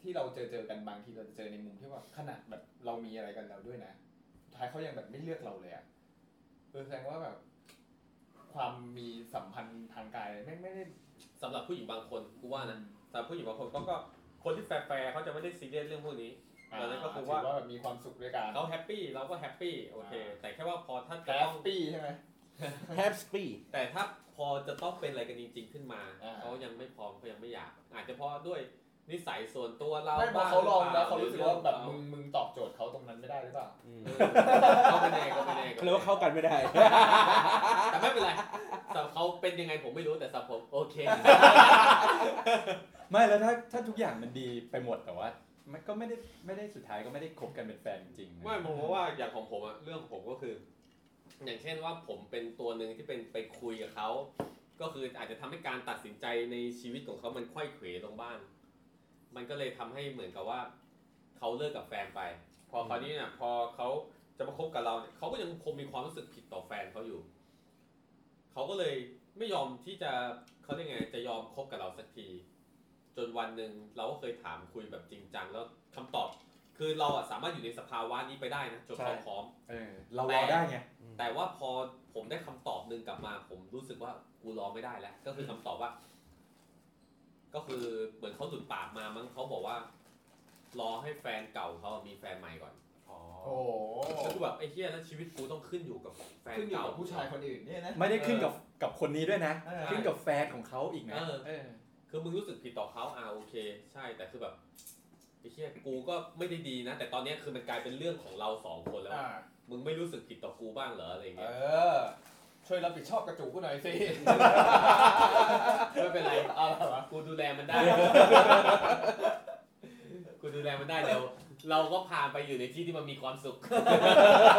ที่เราเจอเจอกันบางทีเราจะเจอในมุมที่ว่าขนาดแบบเรามีอะไรกันแล้วด้วยนะสุดท้ายเขายังแบบไม่เลือกเราเลยอะเออแสดงว่าแบบ ความมีสัมพันธ์ทางกายไม่ไม่ได้ สำหรับผู้หญิงบางคนกูว่านะสำหรับผู้หญิงบางคนเขาก็คนที่แฟร์ๆเขาจะไม่ได้ซีเรียสเรื่องพวกนี้ อ่า อันนั้นก็คื ถื อ อ ว่า ว่าแบบมีความสุขด้วยกัน เขาแฮปปี้เราก็แฮปปี้โอเค แต่แค่ว่าพอถ้า แฮ จะ ป ต้อง ปี้ใช่ไหม แฮปปี้ แต่ถ้าพอจะต้องเป็นอะไรกันจริง ๆ ขึ้นมา อ่า เขายังไม่พร้อมเขายังไม่อยาก อาจจะเพราะด้วยนิสัยส่วนตัวเรา ไม่พอ บ้ เขาลอง หป แล้วเขารู้สึกว่าแบบ เอ มึงมึงตอบโจทย์เขาตรงนั้นไม่ได้หรือเปล่า อเขาเป็นแน่เขาเป็นแน่ เขาเรียกว่าเข้ากันไม่ (laughs) ได้ แต่ไม่เป็นไรสำหรับเขาเป็นยังไงผมไม่รู้แต่สำหรับผมโอเค ไม่แล้วถ้าถ้าทุกอย่างมันดีไปหมดแต่ว่า มันก็ไม่ได้ไม่ได้สุดท้ายก็ไม่ได้คบกันเป็นแฟนจริงๆนะ ไม่ผมเพราะว่าอย่างของผมอะเรื่องของผมก็คือ อย่างเช่นว่าผมเป็นตัวหนึ่งที่เป็นไปคุยกับเขา ก็คืออาจจะทำให้การตัดสินใจในชีวิตของเขามันค่อยเขวลงบ้าง มันก็เลยทำให้เหมือนกับว่าเขาเลิกกับแฟนไป พอคราวนี้เนี่ยพอเขาจะมาคบกับเราเนี่ยเขาก็ยังคงมีความรู้สึกผิดต่อแฟนเขาอยู่ เขาก็เลยไม่ยอมที่จะเขาเรียกไงจะยอมคบกับเราสักที จนวันหนึ่งเราก็เคยถามคุยแบบจริงจังแล้วคำตอบ คือเราอะสามารถอยู่ในสภาวะนี้ไปได้นะจนเขาพร้อม เออเรารอได้ไง แต่ว่าพอผมได้คำตอบหนึ่งกลับมา ผมรู้สึกว่ากูรอไม่ได้แล้ว ก็คือคำตอบว่า ก็คือเหมือนเขาสุดปากมามั้งเขาบอกว่า รอให้แฟนเก่าเขามีแฟนใหม่ก่อน โอ้โห แล้วกูแบบไอ้เหี้ยแล้วชีวิตกูต้องขึ้นอยู่กับแฟน ขึ้นอยู่ เก่า กับผู้ชายคนอื่นเนี่ยนะ ไม่ได้ขึ้นกับกับคนนี้ด้วยนะ เออ ขึ้นกับแฟนของเขาอีกนะ เออ คือมึงรู้สึกผิดต่อเขาอ่าโอเค ใช่แต่คือแบบไอ้เหี้ยกูก็ไม่ได้ดีนะ แต่ตอนเนี้ยคือมันกลายเป็นเรื่องของเราสองคนแล้ว อ่า อะมึงไม่รู้สึกผิดต่อกูบ้างเหรออะไรอย่าง เอ เงี้ย อ ช่วยรับผิดชอบกระจูกูหน่อยสิ ไม่เป็นไร เอาละวะ กูดูแลมันได้ กูดูแลมันได้เดี๋ยวเราก็พาไปอยู่ในที่ที่มันมีความสุข (laughs)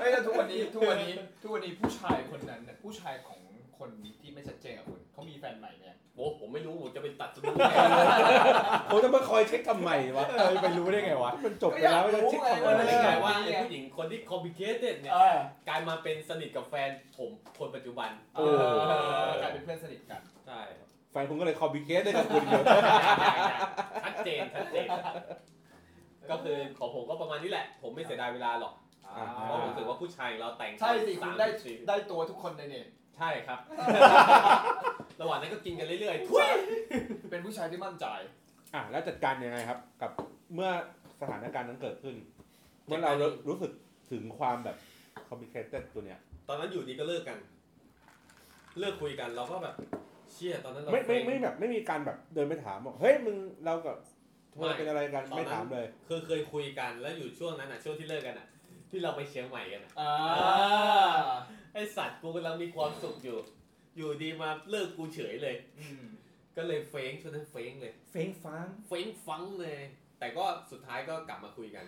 เฮ้ยแล้วทุก (laughs) วันนี้ทุกวันนี้ทุกวันนี้ผู้ชายคนนั้นน่ะผู้ชายของคนที่ไม่ชัดเจนกับคุณเขามีแฟนใหม่เนี่ย โอ้ผมไม่รู้ผมจะเป็นตัดสมุน ผมจะมาคอยเช็คทำไมวะ เออไปรู้ได้ไงวะ มันจบไปแล้วมันจะเช็คทำไม มันเลยกลายว่าไอ้ผู้หญิงคนที่คอมพิเคเต็ดเนี่ย เออก ลายมาเป็นสนิทกับแฟนผมคนปัจจุบัน เออกลายเป็นเพื่อนสนิทกัน ใช่ แฟนคุณก็เลยคอมบิเคสด้วยกับคุณอยู่ ชัดเจนชัดเจน ก็คือของผมก็ประมาณนี้แหละ ผมไม่เสียดายเวลาหรอกเพราะผมรู้สึกว่าผู้ชายเราแต่ง ใช่สิคุณได้ สี่ ได้ตัวทุกคนเลยเนี่ย ใช่ (laughs) ครับ ระหว่างนั้นก็กินกันเรื่อยๆทุย เป็นผู้ชายที่มั่นใจ อ่ะแล้วจัดการยังไงครับ กับเมื่อสถานการณ์นั้นเกิดขึ้น เมื่อเรารู้สึกถึงความแบบคอมบิเคสตัวเนี้ย ตอนนั้นอยู่ดีก็เลิกกัน เลิกคุยกันเราก็แบบเชี่ยตอนนั้นเรา ไม่ไม่ เซ็ง ไม่แบบไม่มีการแบบเดินไปถามบอกเฮ้ยมึงเรากับเธ ไม่ อเป็นอะไรกัน ตอนนั้น ไม่ถามเลย คือเคยคุยกันแล้วอยู่ช่วงนั้นอ่ะช่วงที่เลิกกันอ่ะ ที่เราไปเชียงใหม่กันอ่ะ อ่า ไอสัตว์กูกำลังมีความสุขอยู่ อยู่ดีมาเลิกกูเฉยเลย ก็เลยเฟ้งช่วงนั้นเฟ้งเลย เฟ้งฟ้าง เฟ้งฟังเลย แต่ก็สุดท้ายก็กลับมาคุยกัน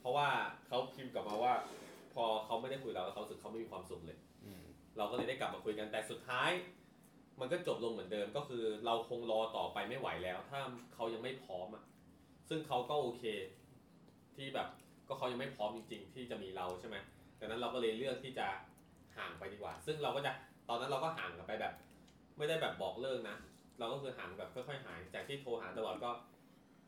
เพราะว่าเขาพิมพ์กลับมาว่า พอเขาไม่ได้คุยเราแล้วเขารู้สึกเขาไม่มีความสุขเลย เราก็เลยได้กลับมาคุยกันแต่สุดท้าย มันก็จบลงเหมือนเดิมก็คือเราคงรอต่อไปไม่ไหวแล้ว ถ้าเขายังไม่พร้อมอ่ะซึ่งเขาก็โอเค ที่แบบก็เขายังไม่พร้อมจริง ๆ ที่จะมีเราใช่ไหมดังนั้นเราก็เลยเลือกที่จะห่างไปดีกว่า ซึ่งเราก็จะตอนนั้นเราก็ห่างกันไปแบบ ไม่ได้แบบบอกเลิกนะ เราก็คือห่างแบบค่อยๆห่างจากที่โทรหาตลอดก็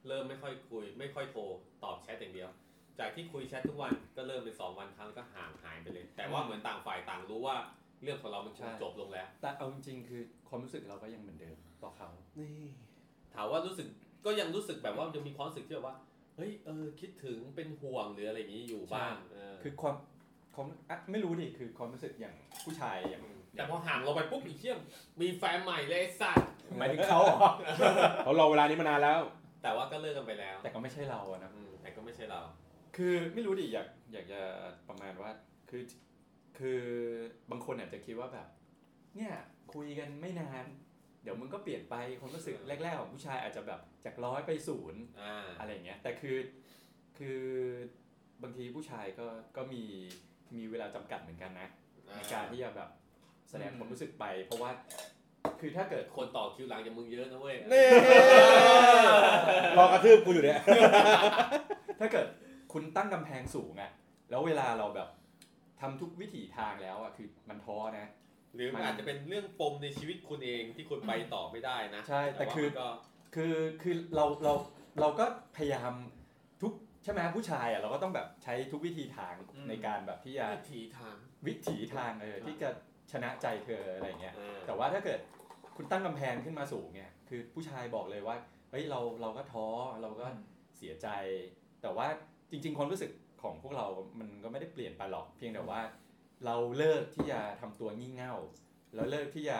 เริ่มไม่ค่อยคุย ไม่ค่อยโทรตอบแชทอย่างเดียว จากที่คุยแชททุกวันก็เริ่มเป็นสองวันครั้งก็ห่างหายไปเลย แต่ว่าเหมือนต่างฝ่ายต่างรู้ว่า เรื่องของเรามันค ใช่ งจบลงแล้ว แต่เอาจริงๆคือความรู้สึกเราก็ยังเหมือนเดิมต่อเขา นี่ ถามว่ารู้สึกก็ยังรู้สึกแบบว่ายังมีความรู้สึกที่แบบว่าเฮ้ยเออคิดถึงเป็นห่วงหรืออะไรอย่างนี้อยู่บ้างเออ คือความความอ่ะไม่รู้ดิคือความรู้สึกอย่างผู้ชายอย่าง แต่พอห่างเราไปปุ๊บอีกเที่ยมมีแฟนใหม่เลยไอ้สัตว์ หมายถึงเขาเหรอ เขารอเวลานี้มานานแล้ว แต่ แต่ว่าก็เลิกกันไปแล้ว แต่ก็ไม่ใช่เราอะนะ อืมแต่ก็ไม่ใช่เรา คือไม่รู้ดิอยากอยากจะประมาณว่าคือคือบางคนอาจจะคิดว่าแบบ เนี่ยคุยกันไม่นาน เดี๋ยวมึงก็เปลี่ยนไปความรู้สึกแรกๆของผู้ชายอาจจะแบบจากร้อยไปศูนย์ อ่า อะไรอย่างเงี้ยแต่คือคือบางทีผู้ชายก็ก็มีมีเวลาจำกัดเหมือนกันนะในการที่จะแบบแสดงความรู้สึกไป เพราะว่าคือถ้าเกิด คนต่อคิวหลังจากมึงเยอะนะเว้ย นี่รอกระทืบกูอยู่เนี่ย ถ้าเกิดคุณตั้งกำแพงสูงอะแล้วเวลาเราแบบทำทุกวิถีทางแล้วอะคือมันท้อนะ หรือมันอาจจะเป็นเรื่องปมในชีวิตคุณเองที่คุณไปต่อไม่ได้นะ ใช่แต่ ว่า คือ มันก็ คือคือเราเราเราก็พยายามทุกใช่ไหมผู้ชายอะเราก็ต้องแบบใช้ทุกวิธีทาง อืม ในการแบบที่จะ วิถีทาง วิถีทางเออที่จะชนะใจเธออะไรเงี้ย เออ แต่ว่าถ้าเกิดคุณตั้งกำแพงขึ้นมาสูงเนี่ยคือผู้ชายบอกเลยว่าเฮ้ยเราเราก็ท้อเราก็เสียใจ แต่ว่าจริง ๆ ความรู้สึกของพวกเรา มันก็ไม่ได้เปลี่ยนไปหรอก เพียงแต่ว่า เราเลิกที่จะทำตัวงี่เง่าเราเลิกที่จะ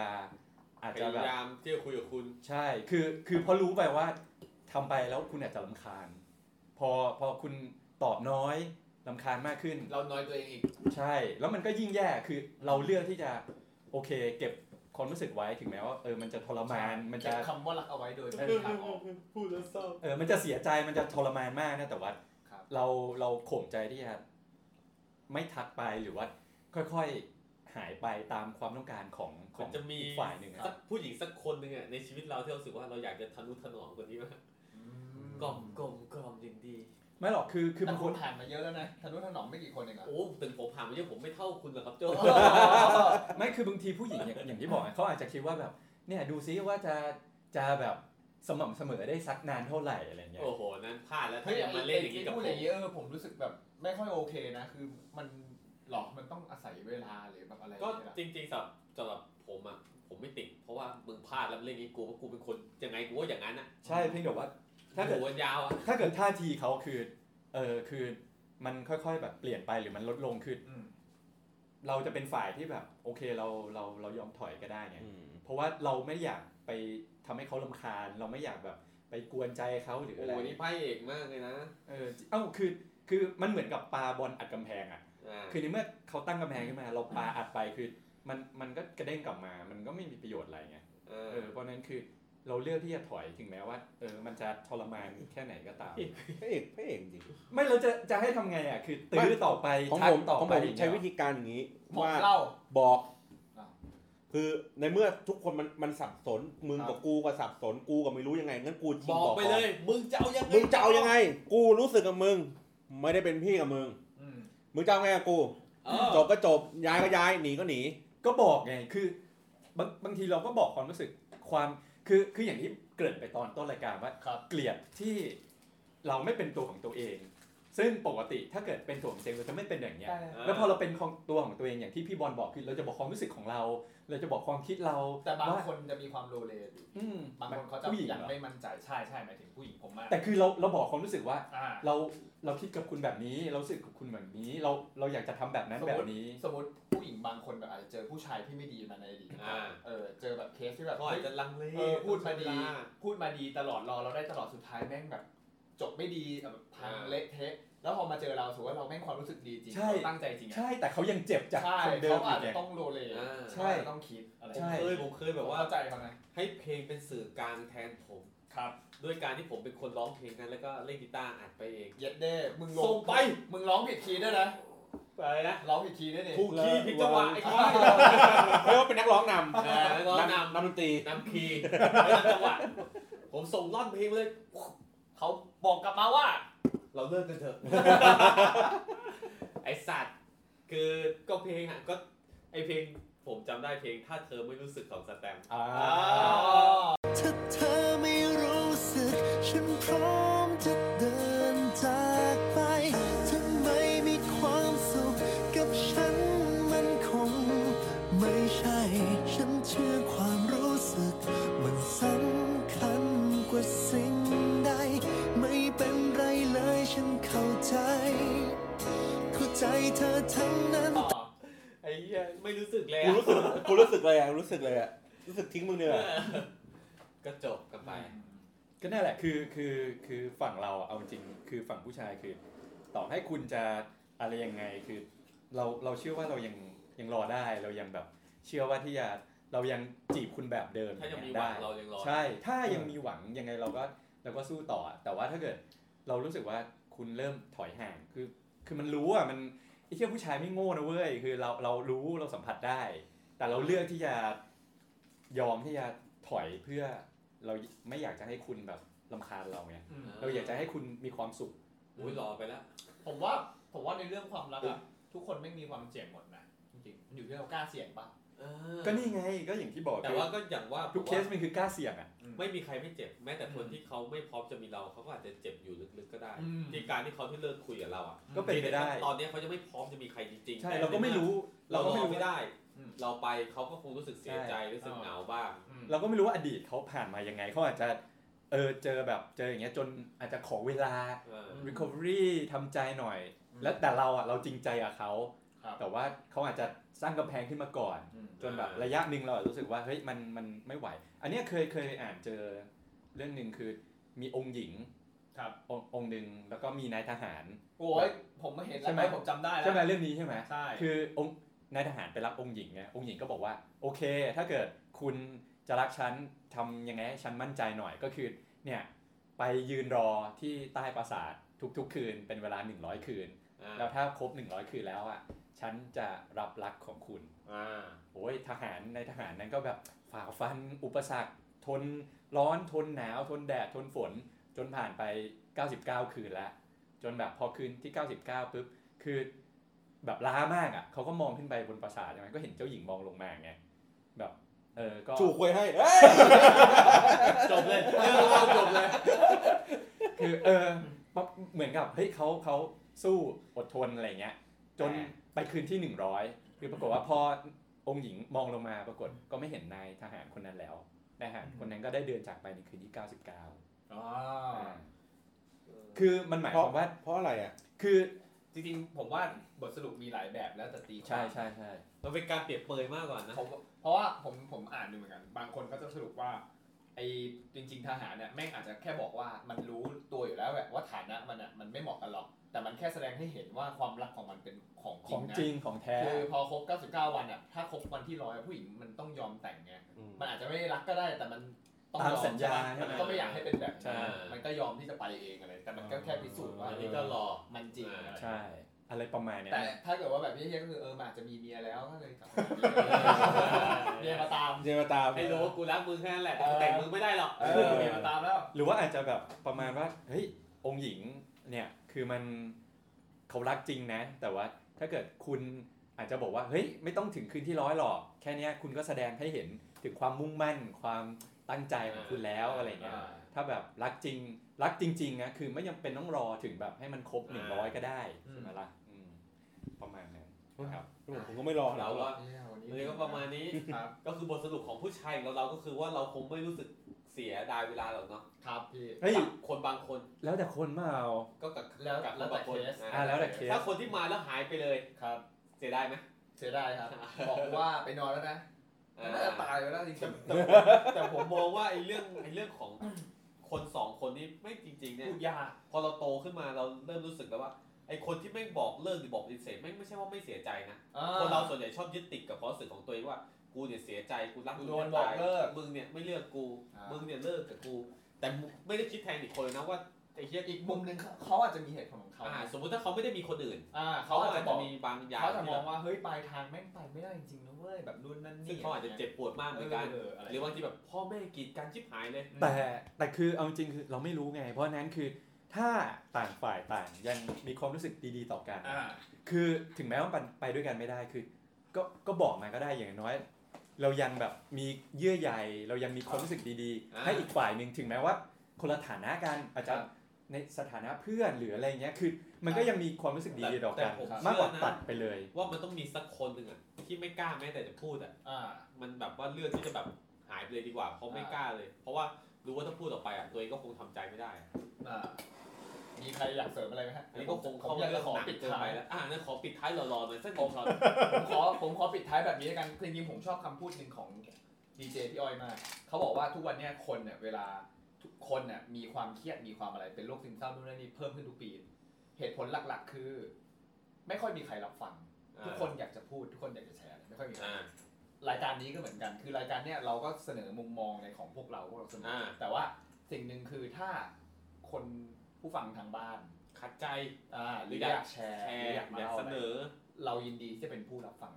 อาจ พ จะแบบ ยายามที่จะคุยกับคุณ ใช่ คือ คือพอรู้ไปว่าทำไปแล้วคุณอาจจะลำคาญ พอ พอคุณตอบน้อยลำคาญมากขึ้น เราน้อยตัวเองอีก ใช่ แล้วมันก็ยิ่งแย่ คือเราเลือกที่จะโอเค เก็บความรู้สึกไว้ ถึงแม้ว่าเออ มันจะทรมาน มันจะ เก็บคำว่ารักเอาไว้โดยไม่มีทางออก พูดแล้วเศร้า เออ มันจะเสียใจ มันจะทรมานมากนะ แต่ว่า ครับ เรา เราข่มใจที่จะไม่ทักไป หรือว่า ค่อยๆ หายไปตามความต้องการของข มั อน ง จะมี อีกฝ่ายหนึ่งอะ สักผู้หญิงสักคนหนึ่งอะในชีวิตเราที่เรารู้สึกว่าเราอยากจะทะนุถนอมกว่านี้มากกล่อมกลมกล่อมอย่างดี ไม่หรอก คือ คือ แต่ บาง ค คน น ผ่านมาเยอะแล้วนะทะนุถนอมไม่กี่คนเองอะ โอ้ถึงผมผ่านมาเยอะผมไม่เท่าคุณหรอกครับโจ้ ไม่คือบางทีผู้หญิงอย่างอย่างที่บอกอะเขาอาจจะคิดว่าแบบเนี่ยดูซิว่าจะจะแบบสม่ำเสมอได้สักนานเท่าไหร่อะไรเงี้ย โอ้โหนั้นพลาดแล้วถ้ายังมาเล่นอย่างนี้กับ พูดผม อย่างนี้เออผมรู้สึกแบบไม่ค่อยโอเคนะ คือมันหรอกมันต้องอาศัยเวลาหรือแบบอะไร ก็ อย่างเงี้ย จริงๆสำหรับสำหรับผมอะผมไม่ติดเพราะว่ามึงพลาดแล้วเล่นอย่างนี้กูเพราะกูเป็นคนยังไงกูก็อย่างนั้นอะ ใช่เพียงแต่ว่า ถ้าเกิ หู ด มันยาวอะ ถ้าเกิดท่าทีเขาคือเออคือมันค่อยๆแบบเปลี่ยนไปหรือมันลดลงคือ อืม เราจะเป็นฝ่ายที่แบบโอเคเราเราเรายอมถอยก็ได้ไงเพราะว่าเราไม่อยากไปทำให้เขาลำคาญ เราไม่อยากแบบไปกวนใจเขาหรือ โอ้ อะ โห ไร นี่ไพ่เอกมากเลยนะ เออเอ้าคือคือมันเหมือนกับปาบอลอัดกำแพงอะ อ่า คือในเมื่อเขาตั้งกำแพงขึ้นมาเราปาอัดไปคือมันมันก็กระเด้งกลับมา มันก็ไม่มีประโยชน์อะไรไง เอ เอ อ อเพราะฉะนั้นคือเราเลือกที่จะถอยถึงแม้ว่าเออมันจะทรมานแค่ไหนก็ตาม พระเอกพระเอกจริง ไม่เราจะจะให้ทำไงอ่ะคือตื้อต่อไป ของ ทั ผ ก ม ต่อ ของ ไป ผม อย่าง ใช้ เงี้ย วิธีการอย่างนี้ บอ ว่า กเล่า บอก อ้าว คือในเมื่อทุกคนมันมันสับสน มึง ครับ กับกูก็สับสนกูก็ไม่รู้ยังไงงั้นกู บ ง อกไป น เลย มึงจะเอายังไง มึงจะเอายังไง กูรู้สึกกับมึง ไม่ได้เป็นพี่กับมึง อืม มึงจะเอาไงกับกู เออ จบก็จบย้ายก็ย้ายหนีก็หนี ก็บอกไงคือบางบางทีเราก็บอกความรู้สึกความคือคืออย่างที่เกริ่นไปตอนต้นรายการว่า ครับ เกลียดที่เราไม่เป็นตัวของตัวเอง ซึ่งปกติถ้าเกิดเป็นตัวของตัวเองเราจะไม่เป็นอย่างเงี้ย แล้วพอเราเป็นของตัวของตัวเองอย่างที่พี่บอลบอกคือเราจะบอกความรู้สึกของเรา เราจะบอกความคิดเรา แต่บาง ว่ คนจะมีความโลเลอยู่ อืม บางคนเขาจะ ผู้หญิง ยัง เหรอ ไม่มั่นใจใช่ใช่หมายถึงผู้หญิงผมอะ แต่คือเราเราบอกความรู้สึกว่า อ่า เราเราคิดกับคุณแบบนี้ เรารู้สึกกับคุณแบบนี้ เราเราอยากจะทำแบบนั้น สม แบ มุติ บนี้ สมมติผู้หญิงบางคนแบบอาจจะเจอผู้ชายที่ไม่ดีมาในอดีต อ่า เออเจอแบบเคสที่แบบ ก็อาจจะลังเล เออพูดมาดี เวล พูดมาดีตลอดรอเราได้ตลอดสุดท้ายแม่งแบบ จบไม่ดีแบบพัง อ่า เละเทะแล้วพอมาเจอเราถือว่าเราแม่งความรู้สึกดีจริง ใช่ เราตั้งใจจริงอะ ใช่แต่เขายังเจ็บจาก ใช่ คนเดิ เขา มอี อาจ กไง จะต้องโลเล อ่า ใช่ เขาอาจจะต้องคิดอะไร ใช่ เคยผมเคย แบ แบบบ ว่า ว่า เข้าใจเขานะ ให้เพลงเป็นสื่อกลางแทนผม ครับ ด้วยการที่ผมเป็นคนร้องเพลงนั้นแล้วก็เล่นกีตาร์อัดไปเอง เย็ดเด้มึงล ส่งไป มึงร้องผิดคีย์ด้วยนะ อะไรนะ ร้องผิดคีย์ด้วยนี่ ถูกคีย์ผิดจังหวะไอ้ควาย เรียกว่าเป็นนักร้องนำ เออแล้วก็น นักดนตรี ำนำคีย์แล้วนำจังหวะผมส่งร่อนเพลงเลย เขาบอกกลับมาว่า เราเลิกกันเถอะ ไอสัตว์ คือก็เพลงอ่ะก็ไอเพลงผมจำได้เพลงถ้าเธอไม่รู้สึกของสแตมป์ อ่า ถ้าเธอไม่รู้สึก ฉันพร้อมจะเดินจากไปทำไมมีความสุข กับฉันมันคง ไม่ใช่ ฉันเชื่อความรู้สึก มันสำคัญกว่าสิ่งใด ไม่เป็นไรเลยฉันเข้าใจ เข้าใจเธอทั้งนั้น ไอ้เหี้ยไม่รู้สึกแล้ว กูรู้สึกกูรู้สึกเลยอ่ะรู้สึกเลยอ่ะรู้สึกทิ้งมึงเนี่ย ก็จบกันไป ก็ ก็นั่นแหละคือคือคือฝั่งเราอะเอาจริงคือฝั่งผู้ชายคือ ต่อให้คุณจะอะไรยังไงคือเราเราเชื่อว่าเรายังยังรอได้เรายังแบบเชื่อว่าที่จะเรายังจีบคุณแบบเดิม ถ้ายังมี อ ห ย่ วัง เ เรายังรอ ใช่ ถ้ายังมีหวังยังไงเราก็เราก็สู้ต่อ แต่ว่าถ้าเกิดเรารู้สึกว่าคุณเริ่มถอยห่าง คือ คือมันรู้อ่ะ มันไอ้เชี่ยผู้ชายไม่โง่นะเว้ย คือเราเรารู้เราสัมผัสได้ แต่เราเลือกที่จะยอมที่จะถอยเพื่อเราไม่อยากจะให้คุณแบบลำคาญเราไง เราอยากจะให้คุณมีความสุข อุ้ยรอไปแล้ว ผมว่าผมว่าในเรื่องความรักอะทุกคนไม่มีความเจ็บหมดนะจริงๆมันอยู่ที่เรากล้าเสี่ยงปะ ก็นี่ไง ก็อย่างที่บอก แต่ คือ ว่าก็อย่างว่า ทุกเคสมันคือกล้าเสี่ยงอ่ะ ไม่มีใครไม่เจ็บ แม้แต่คน อืม ที่เขาไม่พร้อมจะมีเราเขาก็อาจจะเจ็บอยู่ลึกๆก็ได้ อืม ที่การที่เขาที่เลิกคุยกับเราอ่ะ ก็เป็นไปได้ ตอนเนี้ยเขาจะไม่พร้อมจะมีใครจริงๆ ใช่ แต่ เราก็ไม่รู้ เรา เรา ก็ ก็ไม่รู้ ไม่ได้ อืม เราไปเขาก็คงรู้สึกเสียใจรู้สึกเหงาบ้าง อืม เราก็ไม่รู้ว่าอดีตเขาผ่านมายังไงเขาอาจจะเออเจอแบบเจออย่างเงี้ยจนอาจจะขอเวลา เออ ม recovery ทำใจหน่อย อืม แล้วแต่เราอ่ะ เราจริงใจกับเขา ครับ แต่ว่าเขาอาจจะสร้างกำแพงขึ้นมาก่อน อืม จนแบบ อ่า ระยะหนึ่งเราอาจจะรู้สึกว่าเฮ้ยมันมันไม่ไหว อันเนี้ยเคยเคยอ่านเจอเรื่องหนึ่งคือมีองค์หญิง ครับ องค์องค์หนึ่งแล้วก็มีนายทหาร โอ้ยผมมาเห็น ใช่ แล้ว ไหม ผมจำได้แล้ว ใช่ไหมเรื่องนี้ใช่ไหม ใช่ คือองค์นายทหารไปรักองค์หญิงไงองค์หญิงก็บอกว่าโอเค ถ้าเกิดคุณจะรักฉันทำยังไงให้ฉันมั่นใจหน่อยก็คือเนี่ยไปยืนรอที่ใต้ปราสาททุกๆ คืนเป็นเวลา 100 คืน อ่า แล้วถ้าครบ 100 คืนแล้วอ่ะฉันจะรับรักของคุณ อ่า โอ้ยทหารในทหารนั้นก็แบบฝ่าฟันอุปสรรค ทนร้อนทนหนาวทนแดดทนฝน จนผ่านไป 99 คืนแล้ว จนแบบพอคืนที่ 99ปุ๊บคือแบบล้ามากอ่ะเขาก็มองขึ้นไปบนปราสาทใช่ไหมก็เห็นเจ้าหญิงมองลงมาไงแบบเออก็ จู่ควยให้เอ้ย จบเลยเรื่องเล่าจบเลย คือเออปั๊บเหมือนกับเฮ้ยเขาเขาสู้อดทนอะไรเงี้ยจน อ่า ไปคืนที่ 100 คือปรากฏว่าพอองค์หญิงมองลงมาปรากฏก็ไม่เห็นนายทหารคนนั้นแล้วนายทหารคนนั้นก็ได้เดินจากไปในคืนที่ 99 อ๋อ อ่าคือมันหมายความว่า เพราะอะไรอ่ะ คือ จริงๆผมว่าบทสรุปมีหลายแบบแล้วแต่ตีความ ใช่ใช่ใช่ มันเป็นการเปรียบเปรยมากกว่านะ ผมเพราะว่าผมผมอ่านดูเหมือนกัน บางคนก็จะสรุปว่าไอ้จริง ๆ ทหารเนี่ยแม่งอาจจะแค่บอกว่ามันรู้ตัวอยู่แล้วแหละว่าฐานะมันอ่ะมันไม่เหมาะกันหรอก แต่มันแค่แสดงให้เห็นว่าความรักของมันเป็นของจ ข ริ อง ง นะ จริงของแท้ คือพอครบ 99 วันอ่ะถ้าครบวันที่ร้อยผู้หญิงมันต้องยอมแต่งไงมันอาจจะไม่ได้รักก็ได้แต่มันต้องยอ ตามสัญญา ใช่ไหมมันก็ไม่อยากให้เป็นแบบ ใช่ นั้นมันก็ยอมที่จะไปเองอะไรแต่มันก็แค่พิสูจน์ว่า อันนี้ก็รอ มันจริงอะไร ใช่ อะไรประมาณเนี้ย แต่ถ้าเกิดว่าแบบนี้ก็คือเออมันอาจจะมีเมีย (laughs) แล้วก็เลยกลับมาเมียมาตาม เจมาตาม ให้รู้ว่ากูรักมึงแค่นั้นแหละแต่กูแต่งมึงไม่ได้หรอก เออมีมาตามแล้ว หรือว่าอาจจะแบบประมาณว่าเฮ้ยองค์หญิงเนี่ยคือมันเขารักจริงนะ แต่ว่าถ้าเกิดคุณอาจจะบอกว่าเฮ้ยไม่ต้องถึงคืนที่ร้อยหรอกแค่เนี้ยคุณก็แสดงให้เห็นถึงความมุ่งมั่น ความตั้งใจของคุณแล้วอะไรเงี้ย อ่า ถ้าแบบรักจริงรักจริงๆนะคือไม่ยังเป็นต้องรอถึงแบบให้มันครบหนึ่งร้อยก็ได้ใช่ไหมล่ะอืมประมาณนั้นครับ ผมก็ไม่รอขนาด เรา นั้นหรอก ว่าวันนี้ก็ประมาณนี้ ครับ ก็คือบทสรุปของผู้ชายของเราก็คือว่าเราคงไม่รู้สึกเสียดายเวลาหรอกเนาะ ครับพี่ เฮ้ย กับคนบางคน แล้วแต่คนมาเอา ก็กับ แล้ว กับค แล้ น วแต่ บาง เค คน ส นะ อ่าแล้วแต่เคส ถ้าคนที่มาแล้วหายไปเลย ครับ เสียดายไหม เสียดายครับ บอกว่าไปนอนแล้วนะ อ่า น่าจะตายไปแล้วจริง แต่ผมมองว่าไอ้เรื่องไอ้เรื่องของคนสองคนนี้ไม่จริงๆ ๆ เนี่ย พูดยาก พอเราโตขึ้นมาเราเริ่มรู้สึกแล้วว่าไอ้คนที่ไม่งบอกเลิกหรือบอกปฏิเสธไม่งไม่ใช่ว่าไม่เสียใจนะ อ่ คนเราส่วนใหญ่ชอบยึดติดกับความรู้สึกของตัวเองว่ากูเนี่ยเสียใจกูรัก กู มึง โดน ไม่ บอกเลิก มึงเนี่ยไม่เลือกกู อ่ามึ มึงเนี่ยเลิกกับกู แต่ไม่ได้คิดแทนอีกคนเลยนะว่าไอ้เฮียอี อี ก กมุมหนึ่งเขาเขาอาจจะมีเหตุผลของเขา อ่าสมมติถ้าเขาไม่ได้มีคนอื่น อ่า เขา เขาอาจ อา จะ จ บอจะก มีบางอย่าง เขาจะมองที่แบบ ว่าเฮ้ยปลายทางแม่งไปไม่ได้จริงๆนะเว้ยแบบนู่นนั่นนี่ ซึ่งเขาอาจจะเจ็บปวดมากเหมือนกัน เออะไร หรือบางทีแบบพ่อแม่กีดกันชิบหายเลย แต่แต่คือเอาจริงๆคือเราไม่รู้ไง เพราะฉะนั้นคือถ้าต่างฝ่ายต่างยังมีความรู้สึกดีๆต่อกัน อ่า คือถึงแม้ว่ามันไปด้วยกันไม่ได้คือ ก็ก็บอกมาก็ได้อย่างน้อย เรายังแบบมีเยื่อใยเรายังมีความรู้สึกดี อ่า ๆ ให้อีกฝ่ายหนึ่งถึงแม้ว่า คนละฐานะกันอาจจะในสถานะเพื่อนหรืออะไรเงี้ยคือ มันก็ยังมีความรู้สึกดีๆต่อกัน มากกว่าตัดไปเลย ว่ามันต้องมีสักคนหนึ่งอะที่ไม่กล้าแม้แต่จะพูดอะ อ่า มันแบบว่าเลือกที่จะแบบหายไปเลยดีกว่าเพราะไม่ อ่า กล้าเลย เพราะว่ารู้ว่าถ้าพูดออกไปอ่ะตัวเองก็คงทำใจไม่ได้อะ อ่ามีใครอยากเสริมอะไรไหมฮะ อันนี้ก็คง ผม เข้า อยากจะขอ หนัก ปิด เกิน ท้า ไป ย แล้วอ่ะนั่นขอปิดท้ายหล่อๆหน่อยสักผหนึ่ ม งช็อต ผมขอผมขอปิดท้ายแบบนี้แล้วกันจริงๆผมชอบคำพูดหนึ่งของดีเจพี่อ้อยมาก เขาบอกว่าทุกวันเนี้ยคนเนี่ยเวลา ทุกคนน่ะมีความเครียดมีความอะไรเป็นโรคซึมเศร้าด้วยนี่เพิ่มขึ้นทุกปี เหตุผลหลักๆ คือ ไม่ค่อยมีใครรับฟัง อ่า ทุกคนอยากจะพูดทุกคนอยากจะแชร์ไม่ค่อยมีใคร อ่า รายการนี้ก็เหมือนกัน คือรายการเนี้ยเราก็เสนอมุมมองในของพวกเราพวกเราเสนออา แต่ว่าสิ่งหนึ่งคือถ้าคนผู้ฟังทางบ้าน ขัดใจ อ่าหรือ หรือออายยาก ก แชร์ แช หรื ร์ ออยากมา อยาก เล่า เส อะไร นอ เรายินดีที่จะเป็นผู้รับฟัง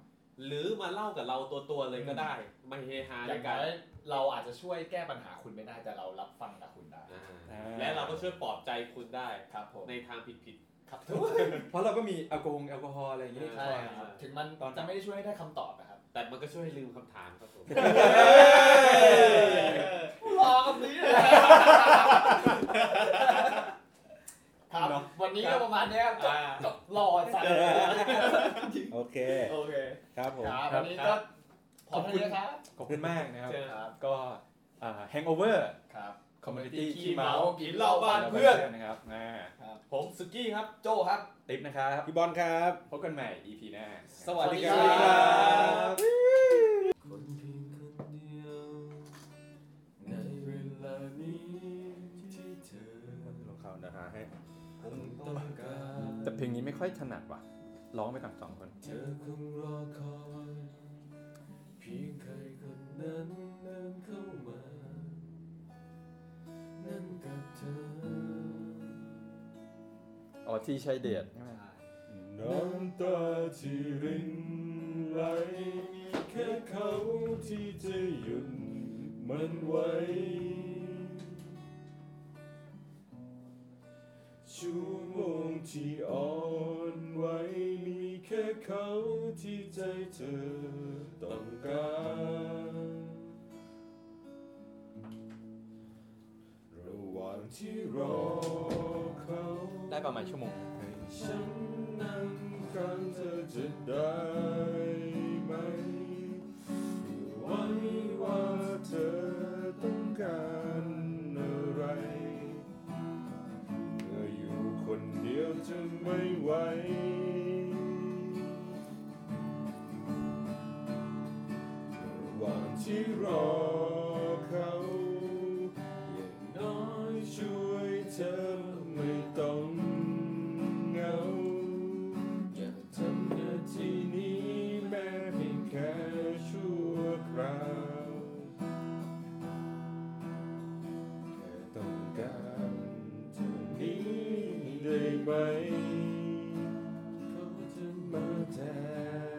หรือมาเล่ากับเราตัวตัวๆเลยก็ได้ ไม่เฮฮา อ ด้ ย่าว ง ยกั น้ น อยเราอาจจะช่วยแก้ปัญหาคุณไม่ได้แต่เรารับฟังกับคุณได้ อ่า อ่า และเราก็ช่วยปลอบใจคุณได้ ครับผม ในทางผิดผิด ครับทุก เพราะเราก็มีแอลกอฮอล์แอลกอฮอล์อะไรอย่างงี้คเออใช่ อย ครับถึงมันจะไม่ได้ช่วยให้ได้คำตอบนะครับ ๆแต่มันก็ช่วยให้ลืมคำถาม (laughs) ครับผม รอคำนี้เลยครับวันนี้ก็ประมาณเนี้ยจบจบรอสัตว์ โอเค โอเค ครับผม ครับวันนี้ก็ขอบคุณนะครับ ขอบคุณมากนะครับ เจอ ครับ ก็อ่า hangover ครับ community ขี้ ขี้ เมา เมา กินเหล้าบ้านเพื่อน นะครับอ่า ผมสุกี้ครับ โจครับ ติ๊บนะครับ พี่บอลครับ พบกันใหม่ EP หน้า สวัสดีค ส รั วัสดีครับ บ คนเพียงคนเดียว ในเวลานี้ที่เธอ ลงเขานะฮะให้ คงต้องการ แต่เพลงนี้ไม่ค่อยถนัดว่ะ ร้องไปก่อนสองคน เธอคงรอคอยเพียงใครคนนั้นเดินเข้ามา นั่งกับเธอ อ๋อ ที่ใช้เดทใช่ไหม น้ำตาที่รินไหลมีแค่เขาที่จะหยุดมันไว้ ชั่วโมงที่อ่อนไหวมีแค่เขาที่ใจเธอต้องการ ระหว่างที่รอเขา ได้ประมาณชั่วโมง ให้ฉันนั่งข้างเธอจะได้ไหมไว้ว่าเธอต้องการอะไรเมื่ออยู่คนเดียวจะไม่ไหว ระหว่างที่รอเขาอย่างน้อยช่วยเธอไม่ต้องเหงา อย่าทำหน้าที่นี้แม้เพียงแค่ชั่วคราวแค่ต้องการเท่านี้ได้ไหม เขาจะมาแทน